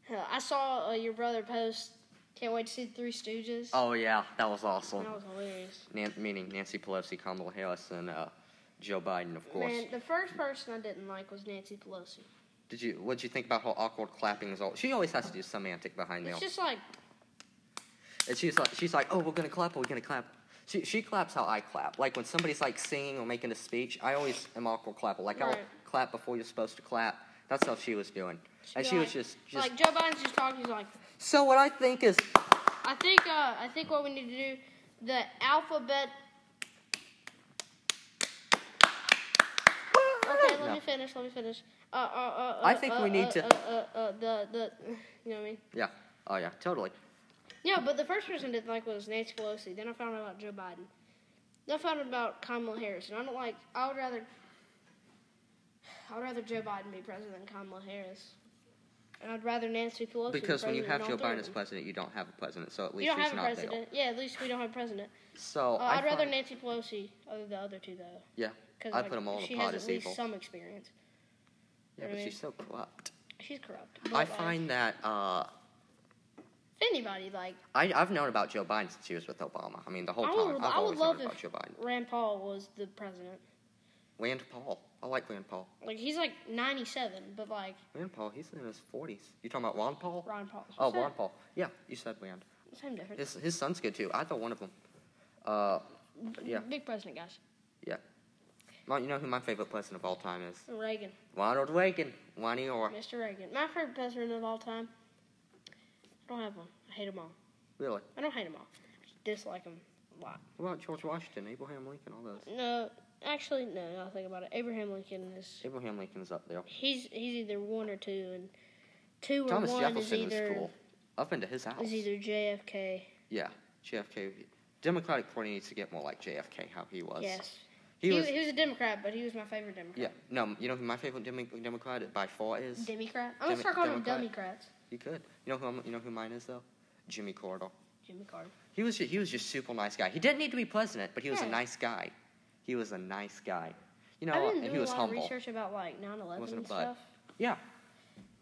Hell, I saw uh, your brother post. Can't wait to see the Three Stooges.
Oh yeah, that was awesome.
That was hilarious.
Nan- meaning Nancy Pelosi, Kamala Harris, and uh, Joe Biden, of course.
Man, the first person I didn't like was Nancy Pelosi.
Did you? What'd you think about her awkward clapping? Is all she always has to do semantic behind there.
It's just like,
and she's like, she's like, oh, we're gonna clap, we're gonna clap. She she claps how I clap. Like when somebody's like singing or making a speech, I always am awkward clapper. Like I'll
Right.
clap before you're supposed to clap. That's how she was doing, and
she'd
she
be
was
like-
just just.
like Joe Biden's just talking. He's like,
so what I think is,
I think, uh, I think what we need to do, the alphabet. Okay, let
No.
me finish. Let me finish. Uh, uh, uh, uh,
I think
uh,
we need
uh,
to-
Uh, uh, uh, the the, you know what I mean.
yeah, oh yeah, totally.
No, but the first person I didn't like was Nancy Pelosi. Then I found out about Joe Biden. Then I found out about Kamala Harris. And I don't like. I would rather. I would rather Joe Biden be president than Kamala Harris. And I'd rather Nancy Pelosi. be
Because when you
president
have Joe
than all
Biden
three
as
of them.
president, you don't have a president, so at
You
least
don't
he's
have a
not
president. Yeah, at least we don't have a president.
there. So
Uh, I'd rather
find-
Nancy Pelosi over the other two though,
yeah,
because
I
like,
put them all in
she
a pot
has
as
at least
evil.
some experience.
Yeah,
I
but
mean-
she's so corrupt.
she's corrupt.
I
But, like,
find that uh,
if anybody like
I I've known about Joe Biden since he was with Obama. I mean, the whole
I
time
would-
I've
I would
always
love
known about
if-
Joe Biden.
Rand Paul was the president.
Rand Paul. I like Rand Paul.
Like he's like 97, but like
Rand Paul. He's in his forties. You talking about Ron Paul?
Ron Paul.
Oh,
Same-
Ron Paul. Yeah, you said Rand.
Same difference.
His his son's good too. I thought one of them. Uh, yeah.
Big president, guys.
yeah. Well, you know who my favorite president of all time is?
Reagan,
Ronald Reagan. Ronnie or
Mr. Reagan. My favorite president of all time. I don't have one. I hate them all.
really?
I don't hate them all. I just dislike them a lot.
What about George Washington, Abraham Lincoln, all those?
No, actually, no. Now I think about it. Abraham Lincoln is
Abraham Lincoln's up there.
he's he's either one or two, and two
Thomas
or one
Jefferson
is
is,
either
cool. I've been to his house.
is either JFK.
Yeah, JFK. Democratic Party needs to get more like JFK, how he was.
Yes,
He, was.
he was a Democrat, but he was my favorite Democrat.
yeah. No, you know who my favorite Demo- Democrat by far is?
Democrat. I'm gonna
Demi-
start calling him
Democrat.
Democrats.
you could. You know who? I'm, you know who mine is though? Jimmy Carter.
Jimmy Carter.
He was. ju- He was just super nice guy. He didn't need to be president, but he was
Yeah.
a nice guy. He was a nice guy. You know,
I've been
and
doing
he was
a lot
humble.
of research about like 9/11
Wasn't a
and
butt.
stuff.
Yeah.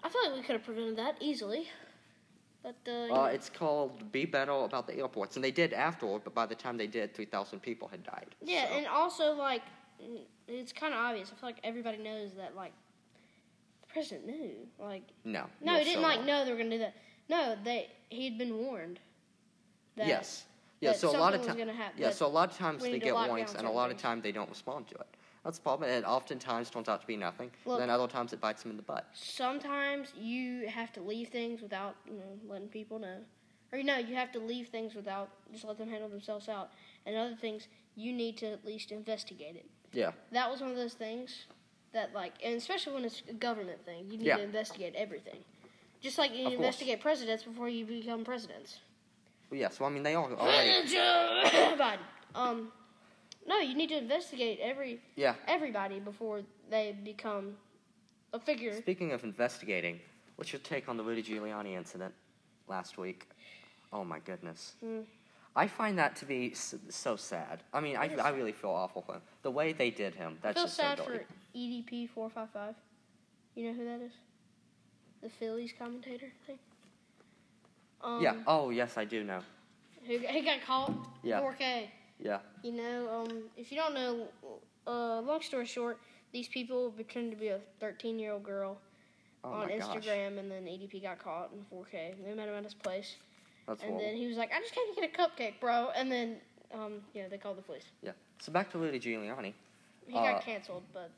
I feel like we could have prevented that easily, but uh, you know,
Uh, it's called "Be Better About the Airports," and they did afterward. But by the time they did, three thousand people had died.
yeah,
So-
and also like n- it's kind of obvious. I feel like everybody knows that like the president knew. Like
no.
no,
you're
he didn't
so
like
wrong.
know they were gonna do that. No, they he'd been warned. That
yes. Yeah.
that
so a lot of
something was
times.
gonna hap-
Yeah.
that
So a lot of times
we
they
need to
get
lock
warnings,
down
and a
certain
lot of
things.
time they don't respond to it. That's the problem. And it oftentimes turns out to be nothing.
Look-
and then other times it bites them in the butt.
sometimes you have to leave things without you know letting people know, or you know you have to leave things without just let them handle themselves out. And other things you need to at least investigate it.
Yeah.
That was one of those things that like, and especially when it's a government thing, you need
Yeah.
to investigate everything. Just like you
Of course.
investigate presidents before you become presidents.
Well, yeah. So I mean, they all already.
Biden. Um, no, you need to investigate every
Yeah.
everybody before they become a figure.
Speaking of investigating, what's your take on the Rudy Giuliani incident last week? Oh my goodness.
Hmm.
I find that to be s- so sad. I mean, I,
It is
I
sad.
really feel awful for him. The way they did him,
I
that's
feel
just so
sad
dirty.
for EDP four five five. You know who that is? The Phillies commentator thing. Um,
yeah. Oh, yes, I do know.
Who, who got caught?
Yeah.
4K.
Yeah.
You know, um, if you don't know, uh, long story short, these people pretended to be a 13 year old girl
Oh
on
my gosh.
Instagram, and then ADP got caught in 4K. They met him at his place,
That's
and
horrible.
then he was like, "I just came to get a cupcake, bro." And then, um, yeah, they called the police.
Yeah. So back to Rudy Giuliani.
He
Uh,
got canceled, but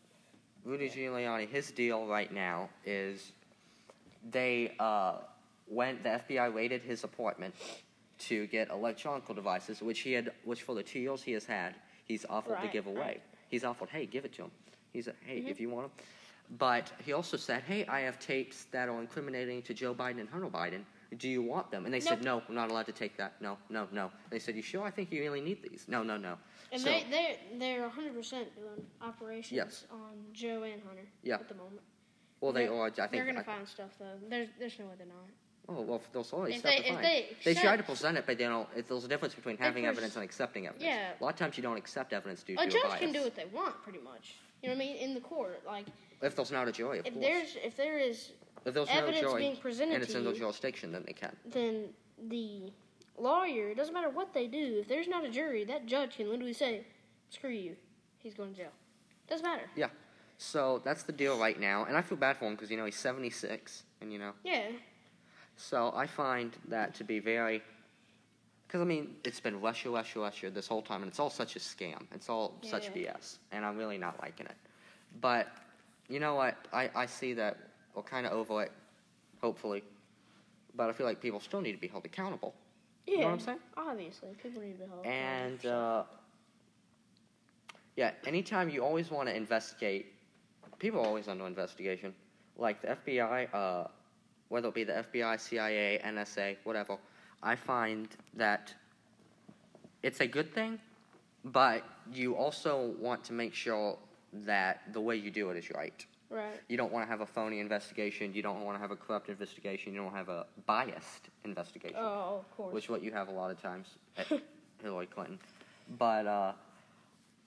Rudy Giuliani, his deal right now is they uh, went. The FBI raided his apartment to get electronic devices, which he had, which for the two years he has had, he's offered to
Right,
give away.
right. Mm-hmm.
He's offered, hey, give it to him. He's like, hey, if you want them. But he also said, hey, I have tapes that are incriminating to Joe Biden and Hunter Biden. Do you want them? And they said, no, we're not allowed to take that. No, no, no. they said, you sure? I think you really need these. No, no, no.
and
So-
they they they're 100 percent doing operations
Yes.
on Joe and Hunter.
Yeah.
At the moment,
well, they
they're-
are. I think
they're gonna
I-
find stuff though. There's there's no way they're not.
Oh well, if those always
If
stuff
they-
to
if
find.
they
They try to
accept-
present it, but they don't. It, there's a difference between having
pres-
evidence and accepting evidence.
Yeah.
A lot of times you don't accept evidence due
A
to a
judge
bias.
can do what they want, pretty much. You know what I mean? In the court, like
If there's not a jury, of
if
course.
there's if there is
if there's
evidence
no jury
being presented
and it's
to
in the
you-
jurisdiction, then they can.
then the lawyer, it doesn't matter what they do, if there's not a jury, that judge can literally say, screw you, he's going to jail. Doesn't matter.
Yeah. So that's the deal right now, and I feel bad for him because you know he's 76, and you know.
Yeah.
So I find that to be very. Because I mean, it's been Russia, Russia, Russia this whole time, and it's all such a scam. It's all such
Yeah.
BS, and I'm really not liking it. But you know what? I, I see that we're kind of over it, hopefully. But I feel like people still need to be held accountable.
Yeah.
You know what I'm saying?
Obviously, people need to be held.
And uh, yeah, anytime you always want to investigate, people are always under investigation. Like the FBI, uh, whether it be the FBI, CIA, NSA, whatever, I find that it's a good thing, but you also want to make sure that the way you do it is right.
right.
You don't want to have a phony investigation. You don't want to have a corrupt investigation. You don't have a biased investigation
Oh, of course.
which what you have a lot of times at Hillary Clinton. But uh,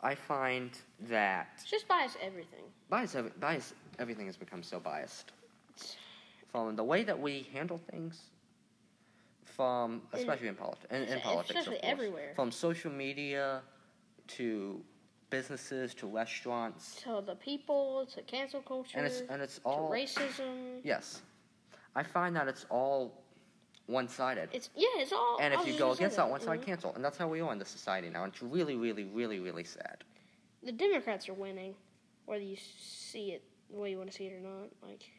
I find that
it's just bias everything.
bias, ev- bias, everything has become so biased. from the way that we handle things, from especially in, politics, in, in
e-, especially
politics, of course,
everywhere.
from social media to businesses to restaurants,
to the people, to cancel culture,
and it's and it's
to
all
racism.
yes. I find that it's all one-sided.
It's Oh, yeah, it's all.
and
I
if
was
you
just
go
gonna say
against that one side,
mhm.
cancel. And that's how we are in this society now. And it's really, really, really, really sad.
the Democrats are winning, whether you see it the way you want to see it or not. Like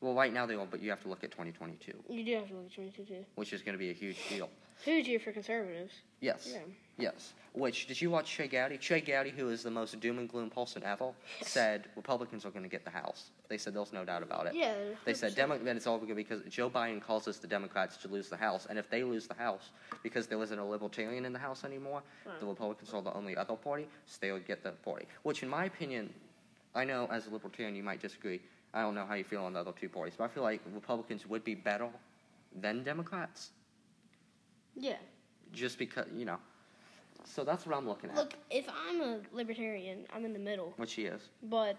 Well, right now they won't, but you have to look at 2022,
you do have to look at twenty two too.
which is going to be a huge deal.
Huge year for conservatives.
Yes.
Yeah.
Yes. Which, did you watch Che Gowdy? Che Gowdy, who is the most doom and gloom person ever, said Republicans are going to get the House. They said there's no doubt about it.
Yeah.
They said
100%.
Demo- then it's all good because Joe Biden causes the Democrats to lose the House, and if they lose the House because there isn't a libertarian in the House anymore,
Right.
the Republicans are the only other party, so they would get the party. Which, in my opinion, I know as a libertarian you might disagree. I don't know how you feel on the other two parties, but I feel like Republicans would be better than Democrats
Yeah.
just because you know. So that's what I'm looking at.
Look, if I'm a libertarian, I'm in the middle,
What she is?
but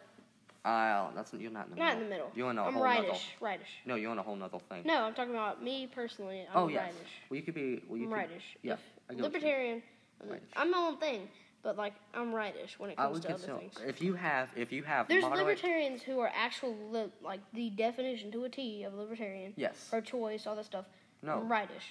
I that's you're not in the
not in
middle.
the middle.
You're on a
I'm
whole
rightish,
nother-
rightish.
No, you're on a whole nother thing.
No, I'm talking about me personally. I'm
oh
rightish.
yes. Well, you could be. Well, you
I'm
could,
rightish.
Yeah.
If
I get what you mean.
libertarian.
Rightish.
I'm my own thing, but like I'm rightish when it
I
comes
would
to other
consider
things.
if you have if you have
There's
moderate.
libertarians who are actual li- like the definition to a T of libertarian,
yes.
pro choice, all that stuff.
No.
I'm rightish.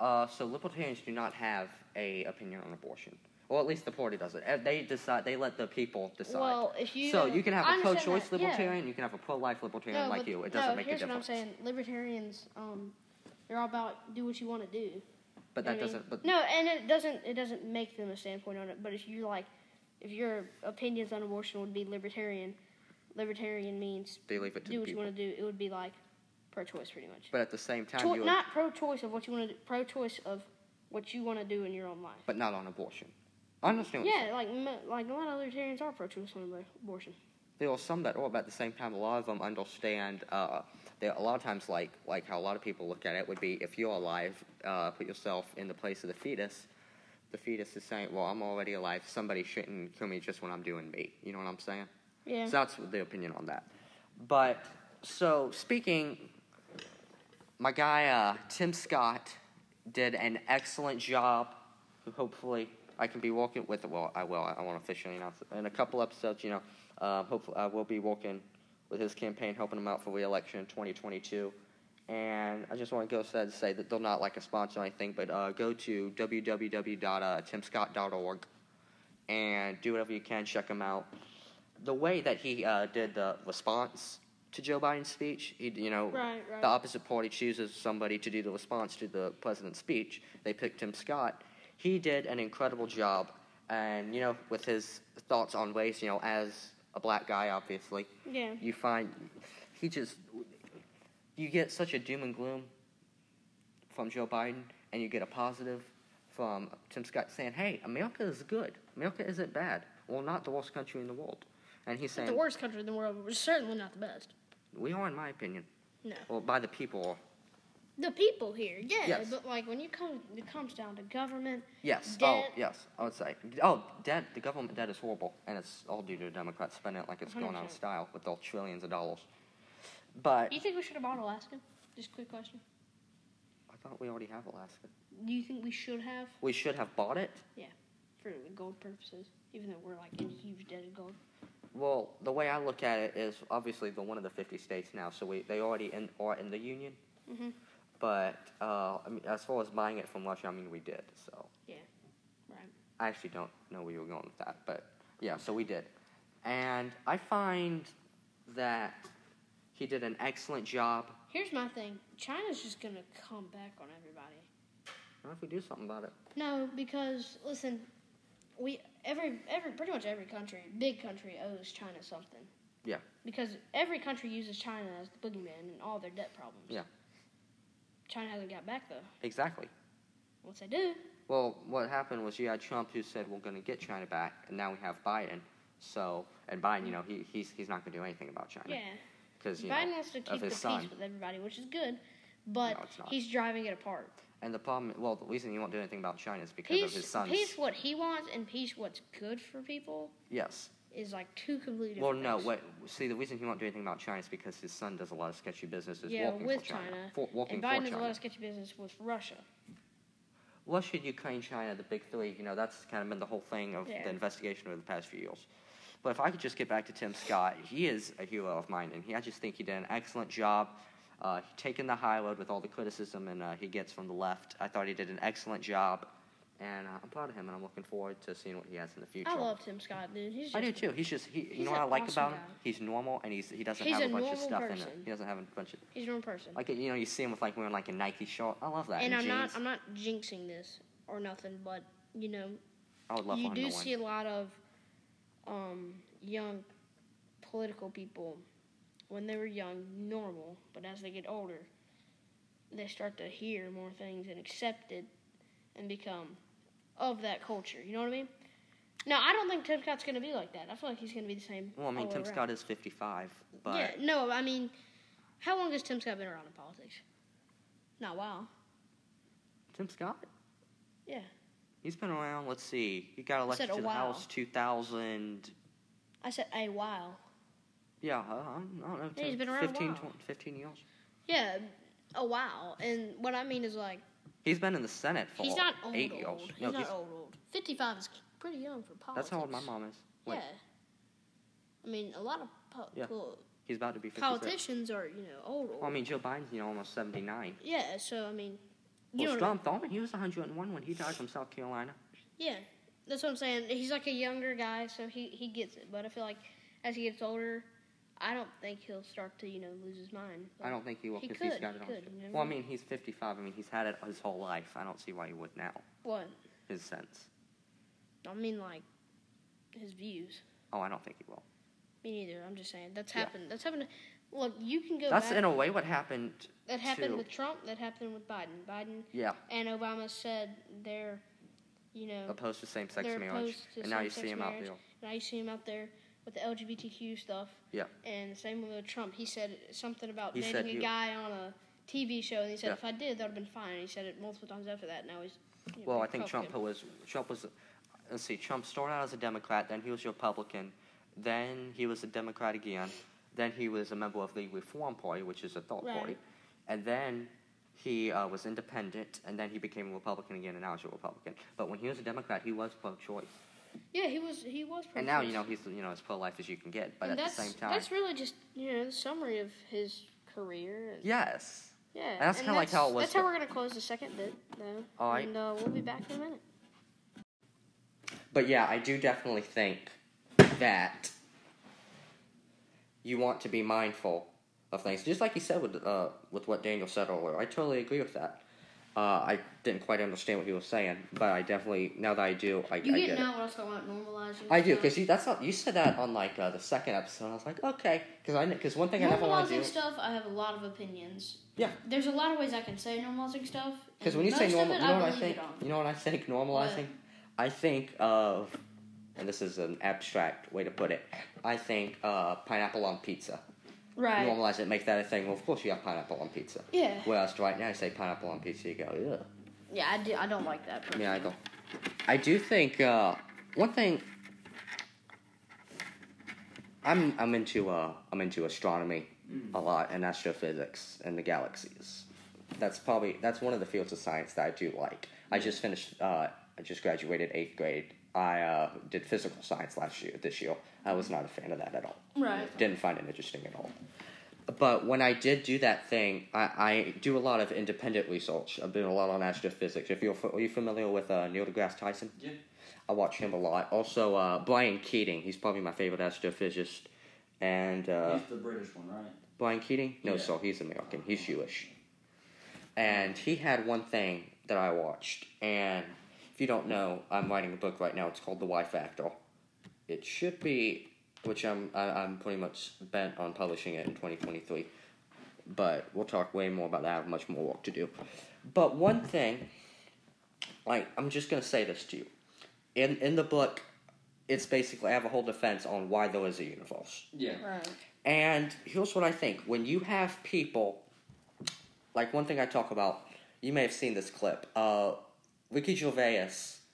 Uh, so libertarians do not have a opinion on abortion. Well, at least the party doesn't. Uh, They decide. They let the people decide.
Well, if you
so you can have
I
a
understand
pro-choice
that, yeah.
libertarian. You can have a pro-life libertarian
No,
like
but-
you. It doesn't
no,
make
here's
a difference.
what I'm saying. Libertarians, um, they're all about do what you want to do.
But that
You know what I mean?
doesn't. But
no, and it doesn't. It doesn't make them a standpoint on it. But if you're like, if your opinions on abortion would be libertarian, libertarian means
they leave it to
do
the
what you
people.
want to do. It would be like pro-choice, pretty much.
But at the same time,
Cho-
you.
not pro-choice of what you want to do. Pro-choice of what you want to do in your own life.
But not on abortion. I understand. What you're saying.
Yeah, like m- like a lot of libertarians are pro-choice on abor- abortion.
there are some that are, but at the same time, a lot of them understand. Uh, they a lot of times, like like how a lot of people look at it would be if you're alive, uh, put yourself in the place of the fetus. The fetus is saying, "Well, I'm already alive. Somebody shouldn't kill me just when I'm doing me." You know what I'm saying?
Yeah.
So that's the opinion on that. But so speaking, my guy uh, Tim Scott did an excellent job. Hopefully, I can be working with. Well, I will. I want to officially announce it in a couple episodes. You know, uh, hopefully, I will be working with his campaign, helping him out for re-election in 2022. And I just want to go ahead and say that they're not like a sponsor or anything, but uh, go to uh, www.timscott.org and do whatever you can. Check him out. The way that he uh, did the response to Joe Biden's speech, he, you know,
Right, right.
the opposite party chooses somebody to do the response to the president's speech. They picked Tim Scott. He did an incredible job, and you know, with his thoughts on race, you know, as a black guy, obviously,
yeah.
you find he just you get such a doom and gloom from Joe Biden, and you get a positive from Tim Scott saying, "Hey, America is good. America isn't bad. Well, not the worst country in the world." And he's
Not the
saying,
worst country in the world, but we're certainly not the best.
"We are, in my opinion,
No.
well, by the people,
The people here, yeah,
Yes.
but like when you come, it comes down to government.
Yes.
Debt.
Oh, yes. I would say. Oh, debt. The government debt is horrible, and it's all due to Democrats spending it like it's going out of
100%.
style with their trillions of dollars. But
Do you think we should have bought Alaska? Just a quick question.
I thought we already have Alaska.
Do you think we should have
We should have bought it.
for gold purposes, even though we're like in huge debt of gold?
Well, the way I look at it is obviously they're one of the 50 states now, so we, they already in, are in the union.
Mhm.
But uh, I mean, as far as buying it from Russia, I mean, we did. So
Right.
I actually don't know where you were going with that, but yeah, so we did. And I find that he did an excellent job.
Here's my thing. China's just gonna come back on everybody.
I don't know if we do something about it.
No, because listen, we every every pretty much every country, big country, owes China something.
Yeah.
Because every country uses China as the boogeyman in all their debt problems.
Yeah.
China hasn't got back though.
Exactly.
Once they do,
Well, what happened was you had Trump who said we're going to get China back, and now we have Biden. So, and Biden, you know, he, he's, he's not going to do anything about China.
yeah.
Because, you know,
Biden wants to keep the
his
peace
son.
with everybody, which is good, but
No, it's not.
he's driving it apart.
And the problem, well, the reason he won't do anything about China is because of his
Peace,
sons.
peace, what he wants, and peace, what's good for people.
Yes.
is like two completely
Well,
different.
no.
things.
What? See, the reason he won't do anything about China is because his son does a lot of sketchy businesses.
Yeah,
walking
with
for China.
China.
For, walking
And Biden
for
does a
China.
lot of sketchy business with Russia.
Russia, Ukraine, China, the big three. You know, that's kind of been the whole thing of
Yeah.
the investigation over the past few years. But if I could just get back to Tim Scott, he is a hero of mine, and he, I just think he did an excellent job. Uh, he taking the high road with all the criticism and uh, he gets from the left. I thought he did an excellent job, and uh, I'm proud of him, and I'm looking forward to seeing what he has in the future.
I love Tim Scott, dude. He's just
I do too. He's just he, you
he's
know what
an
I like
awesome
about him?
guy.
He's normal and he's he doesn't
He's
have
a
a bunch of
normal
stuff in it.
person.
He doesn't have a bunch of
he's a normal person.
like you know you see him with like wearing like a Nike shirt. I love that.
and
And
I'm not
jeans.
I'm not jinxing this or nothing, but you know
I would love
you
for him
do
to win.
see a lot of um, young political people when they were young normal, but as they get older, they start to hear more things and accept it and become of that culture. You know what I mean? No, I don't think Tim Scott's going to be like that. I feel like he's going to be the same.
Well, I mean
all
Tim
around.
Scott is 55, but
Yeah, no, I mean, how long has Tim Scott been around in politics? Not a while.
Tim Scott,
Yeah.
he's been around. Let's see, he got elected
a
to the
while.
House 2000.
I said a while.
Yeah, I, I don't know.
Yeah, he's
10,
been around a
15,
while.
20 15 years.
Yeah, a while. And what I mean is like
He's been in the Senate for
he's not old.
eight
old.
years.
He's
No,
not old. Old. Fifty-five is pretty young for
that's
politics.
how old my mom is. Wait,
yeah. I mean, a lot of po-
Yeah.
po-
he's about to be 56.
politicians are you know old. old.
Well, I mean Joe Biden's you know almost 79.
yeah. So I mean, you
Well,
know. what I
Strom Thurmond, he was 101 when he died from South Carolina.
mean. Yeah, that's what I'm saying. He's like a younger guy, so he he gets it. But I feel like as he gets older, I don't think he'll start to you know lose his mind.
I don't think he will
He
because he's
could,
got
he
it on.
could, you know
well, I
what I
mean, he's 55. I mean, he's had it his whole life. I don't see why he would now.
What
His sense.
I mean, like his views.
Oh, I don't think he will.
Me neither. I'm just saying that's
Yeah.
happened. That's happened. Look, you can go.
That's
back.
in a way what happened.
That happened
to-
with Trump. That happened with Biden. Biden
Yeah,
and Obama said they're, you know,
opposed to same-sex
They're
marriage,
opposed to
and now you
same-sex
see him out
marriage.
there.
now you see him out there with the LGBTQ stuff.
Yeah.
And the same with Trump. He said something about
He said
dating a
he-
guy on a TV show, and he said
Yeah.
if I did, that would have been fine. And he said it multiple times after that. Now he's. you know,
Well, I think
Republican.
Trump was Trump was. Let's see. Trump started out as a Democrat, then he was a Republican, then he was a Democrat again, then he was a member of the Reform Party, which is a thought
Right.
party, and then he uh, was independent, and then he became a Republican again, and now he's a Republican. But when he was a Democrat, he was pro-choice,
Yeah, he was. He was.
and now
pro-choice.
you know he's you know as pro-life as you can get. But
And
at
that's,
the same time,
that's really just you know the summary of his career. And,
yes.
Yeah.
And that's kinda like how it was
That's how
the-
we're gonna close the second bit, though.
All right.
And uh, we'll be back in a minute.
But yeah, I do definitely think that you want to be mindful of things, just like you said with uh, with what Daniel said earlier. I totally agree with that. Uh, I didn't quite understand what he was saying, but I definitely now that I do, I,
You
I
get,
get it.
now what else I want normalizing.
I do because that's not you said that on like uh, the second episode. I was like, okay, because I because one thing I never want to
normalizing
do.
stuff. I have a lot of opinions.
Yeah.
There's a lot of ways I can say normalizing stuff.
Because
and
when you say
most
normal, you
of it,
know what I
believe
think.
it on.
You know what I think normalizing. I think of, and this is an abstract way to put it. I think uh, pineapple on pizza.
Right.
Normalize it, make that a thing. Well, of course you have pineapple on pizza.
Yeah.
Whereas right now you say pineapple on pizza, you go, yeah.
Yeah, I do. I don't like that.
I
Person.
mean, I go. I do think uh, one thing. I'm I'm into uh, I'm into astronomy a lot and astrophysics and the galaxies. That's probably that's one of the fields of science that I do like. I just finished. Uh, I just graduated eighth grade. I uh, did physical science last year. This year, I was not a fan of that at all.
Right.
Didn't find it interesting at all. But when I did do that thing, I, I do a lot of independent research. I've been a lot on astrophysics. If you're f- are you familiar with uh, Neil deGrasse Tyson?
Yeah.
I watch him a lot. Also, uh, Brian Keating. He's probably my favorite astrophysicist. And uh,
He's the British one, right?
Brian Keating? No,
Yeah.
sir. He's American. He's Jewish. And he had one thing that I watched. And if you don't know, I'm writing a book right now. It's called The Y Factor. It should be, which I'm I, I'm pretty much bent on publishing it in 2023. But we'll talk way more about that. I have much more work to do. But one thing, like I'm just gonna say this to you, in in the book, it's basically I have a whole defense on why there is a universe.
Yeah.
Right.
And here's what I think when you have people, like one thing I talk about, you may have seen this clip. Uh, Ricky Gervais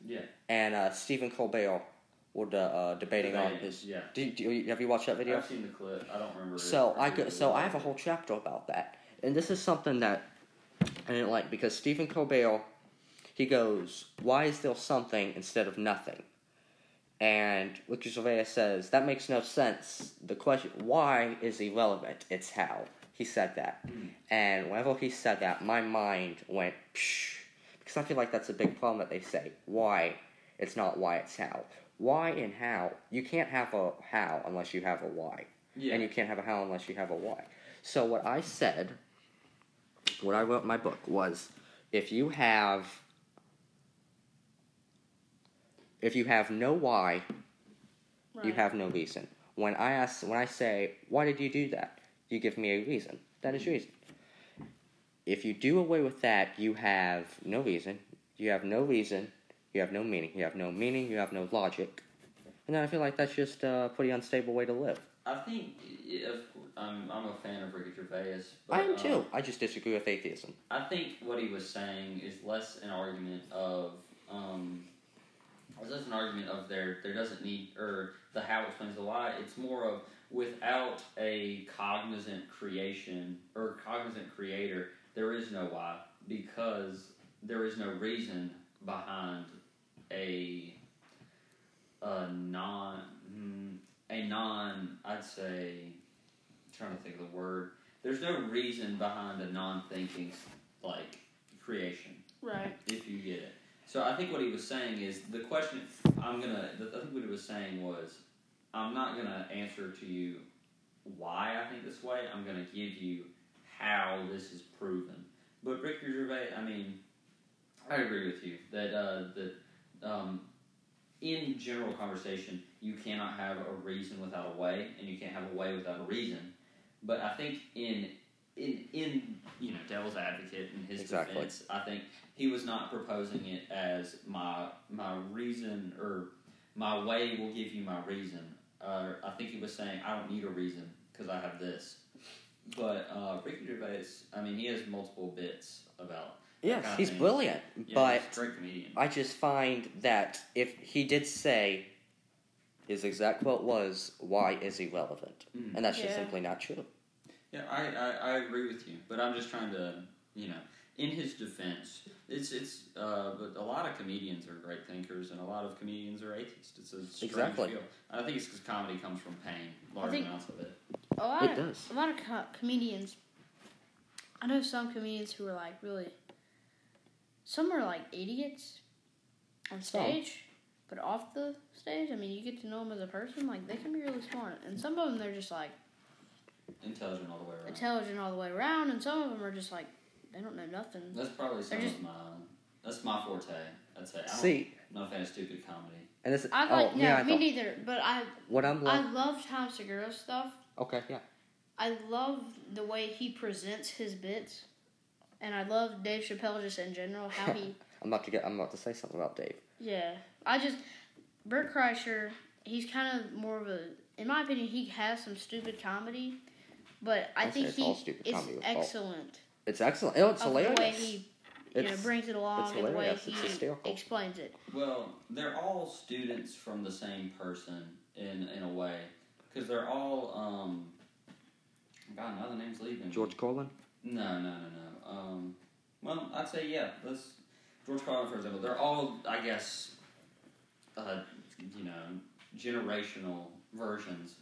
Yeah.
and uh, Stephen Colbert or the uh, debating on
Debating,
his.
yeah.
Do, do, have you watched that video?
I've seen the clip. I don't remember.
So
it.
I go, so I have a whole chapter about that, and this is something that I didn't like because Stephen Colbert, he goes, "Why is there something instead of nothing?" And Ricky Gervais says that makes no sense. The question why is irrelevant. It's how he said that, and whenever he said that, my mind went psh because I feel like that's a big problem that they say why. It's not why, it's how. Why and how. You can't have a how unless you have a why
Yeah.
and you can't have a how unless you have a why. So what I said, what I wrote in my book was, if you have, if you have no why,
Right.
you have no reason. When I ask, when I say, why did you do that? You give me a reason. That is reason. If you do away with that, you have no reason. You have no reason. You have no meaning. You have no meaning. You have no logic. And then I feel like that's just a pretty unstable way to live.
I think if, I'm, I'm a fan of Ricky Gervais. But,
I am
um,
uh,
too. I just disagree with atheism.
I think what he was saying is less an argument of um, it's less an argument of there there doesn't need or the how explains the why. It's more of without a cognizant creation or cognizant creator, there is no why because there is no reason behind a a non mm, a non I'd say trying to think of the word. There's no reason behind a non-thinking like creation
Right.
if you get it. So I think what he was saying is the question I'm gonna. the- I think what he was saying was I'm not gonna answer to you why I think this way. I'm gonna give you how this is proven. But Ricky Gervais, I mean, I agree with you that uh, that um, in general conversation you cannot have a reason without a way, and you can't have a way without a reason. But I think in in in you know devil's advocate in his
Exactly.
defense, I think he was not proposing it as my my reason or my way will give you my reason. Uh, I think he was saying I don't need a reason because I have this. But uh, Ricky Gervais, I mean, he has multiple bits about.
Yes,
kinda
he's
thing.
brilliant,
Yeah,
but
he's a great comedian.
I just find that if he did say his exact quote was, why is irrelevant?
Mm.
And that's just
Yeah.
simply not true.
Yeah, I, I, I agree with you, but I'm just trying to, you know, in his defense, it's it's. Uh, but a lot of comedians are great thinkers, and a lot of comedians are atheists. It's a strange
Exactly.
Feel. I think it's because comedy comes from pain, large
think-
amounts of it.
A lot
It
of,
does.
A lot of co- comedians. I know some comedians who are like really. Some are like idiots on
Some.
stage, but off the stage, I mean, you get to know them as a person. Like they can be really smart, and some of them they're just like
Intelligent all the way around.
intelligent all the way around, and some of them are just like they don't know nothing.
That's probably some
just-
of my. That's my forte. I'd say. I don't,
See,
I'm not a fan of stupid comedy.
and this
I
oh,
like no,
yeah, I
me
thought-
neither. But I
what I'm like,
I love Tom Segura stuff.
okay, yeah.
I love the way he presents his bits, and I love Dave Chappelle just in general how he
I'm about to get, I'm about to say something about Dave.
Yeah, I just Bert Kreischer. He's kind of more of a, in my opinion, he has some stupid comedy, but I
I'd say
think
it's
he
all stupid
is
comedy with fault.
excellent
It's excellent. Oh, it's
of
hilarious.
the way he you know,
It's-
brings it along and the way
hilarious.
he
It's hysterical.
explains it.
Well, they're all students from the same person in in a way, because they're all. Um, God, now the name's leaving. me.
George Carlin?
No, no, no, no. Um, well, I'd say yeah. Let's George Carlin, for example. They're all, I guess, uh, you know, generational versions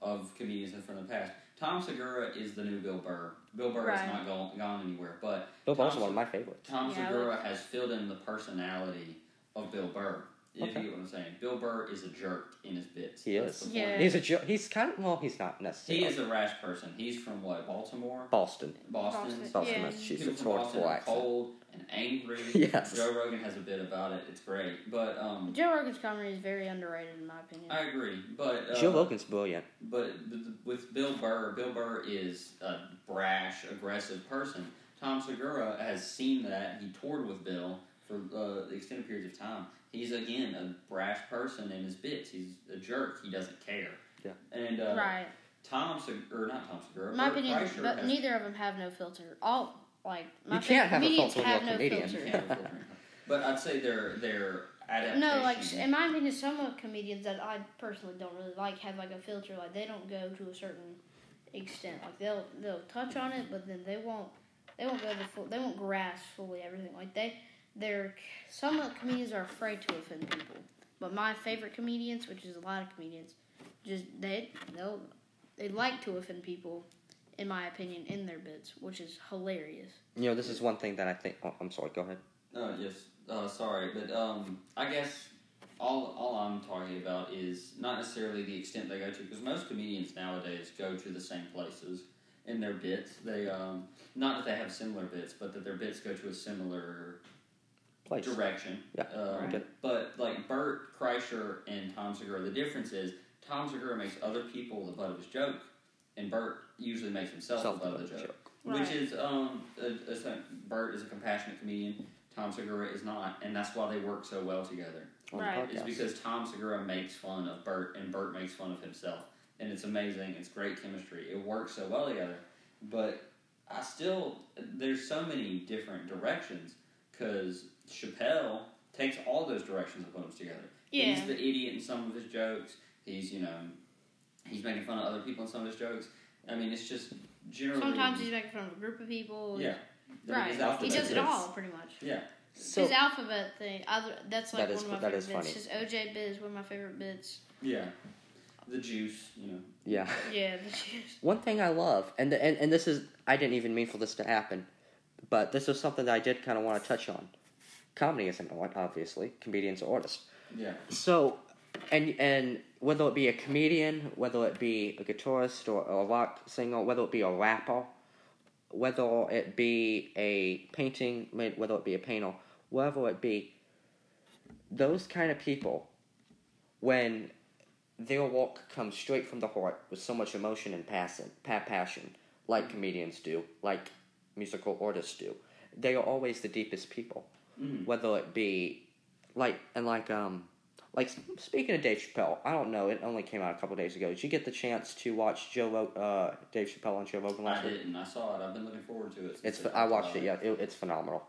of comedians from the past. Tom Segura is the new Bill Burr. Bill Burr is
Right.
not gone, gone anywhere, but
Bill Burr's
Tom
one of my favorites.
Tom
Yeah, I
Segura
like-
has filled in the personality of Bill Burr. If
Okay.
you get what I'm saying, Bill Burr is a jerk in his bits.
He
That's
is.
the point.
Yeah.
He's a, jo- he's kind of, well, he's not necessarily.
He is a rash person. He's from what? Baltimore,
Boston.
Boston.
Boston.
Boston,
Yeah.
People
Massachusetts.
from Boston
Horrible
are
accent.
cold and angry.
Yes.
Joe Rogan has a bit about it. It's great, but um,
Joe Rogan's comedy is very underrated in my opinion.
I agree. But uh,
Joe Rogan's brilliant.
but th- with Bill Burr, Bill Burr is a brash, aggressive person. Tom Segura has seen that. He toured with Bill for uh, extended periods of time. He's again a brash person in his bits. He's a jerk. He doesn't care.
Yeah.
And uh,
right,
Tom Segura, or not Tom Segura.
in my
Bert
opinion,
Kreischer
but
has-
neither of them have no filter. All like my
You can't
favorite
have a
comedians
filter when
have
you're a
no
comedian.
You
filter.
can't filter it. but I'd say their their adaptation.
No, like s- in my opinion, some of comedians that I personally don't really like have like a filter. Like they don't go to a certain extent. Like they'll they'll touch on it, but then they won't they won't go to full, they won't grasp fully everything. Like they they're some of the comedians are afraid to offend people. But my favorite comedians, which is a lot of comedians, just they they'll they like to offend people, in my opinion, in their bits, which is hilarious.
You know, this is one thing that I think. Oh, I'm sorry. Go ahead.
No, yes. Uh, sorry, but um, I guess all all I'm talking about is not necessarily the extent they go to, because most comedians nowadays go to the same places in their bits. They um, not that they have similar bits, but that their bits go to a similar
Place.
direction.
Yeah,
Um,
okay.
But like Bert Kreischer and Tom Segura, the difference is Tom Segura makes other people the butt of his joke, and Bert usually makes himself the butt of the joke. Which
Right.
is, um, a, a, sen- Bert is a compassionate comedian. Tom Segura is not, and that's why they work so well together.
on the
Right.
It's
podcast.
because Tom Segura makes fun of Bert, and Bert makes fun of himself, and it's amazing. It's great chemistry. It works so well together. But I still, there's so many different directions because Chappelle takes all those directions and puts them together. He's the idiot in some of his jokes. He's you know, he's making fun of other people in some of his jokes. I mean, it's just generally
Sometimes he's making fun of a group of people.
yeah. There
Right.
is
He
alphabet
does it
bits.
all pretty much.
So,
his alphabet thing, other, that's like
That is-
one of my
that is
favorite bits. His OJ bit is one of my favorite bits.
Yeah. The juice, you know.
yeah.
Yeah, the shoes.
One thing I love, and, the, and and this is I didn't even mean for this to happen, but this is something that I did kind of want to touch on. Comedy is an art, obviously. Comedians are artists.
Yeah.
So, and and whether it be a comedian, whether it be a guitarist or a rock singer, whether it be a rapper, whether it be a painting, whether it be a painter, whether it be, those kind of people, when their walk comes straight from the heart with so much emotion and passion, pa- passion, like comedians do, like musical artists do, they are always the deepest people.
Mhm.
Whether it be, like, and like, um, like speaking of Dave Chappelle, I don't know. It only came out a couple days ago. Did you get the chance to watch Joe Rog- uh, Dave Chappelle on Joe Rogan
I
last week?
didn't. I saw it. I've been looking forward to it. since
It's
they
I
talked
watched
about
it. Yeah, it, it's phenomenal.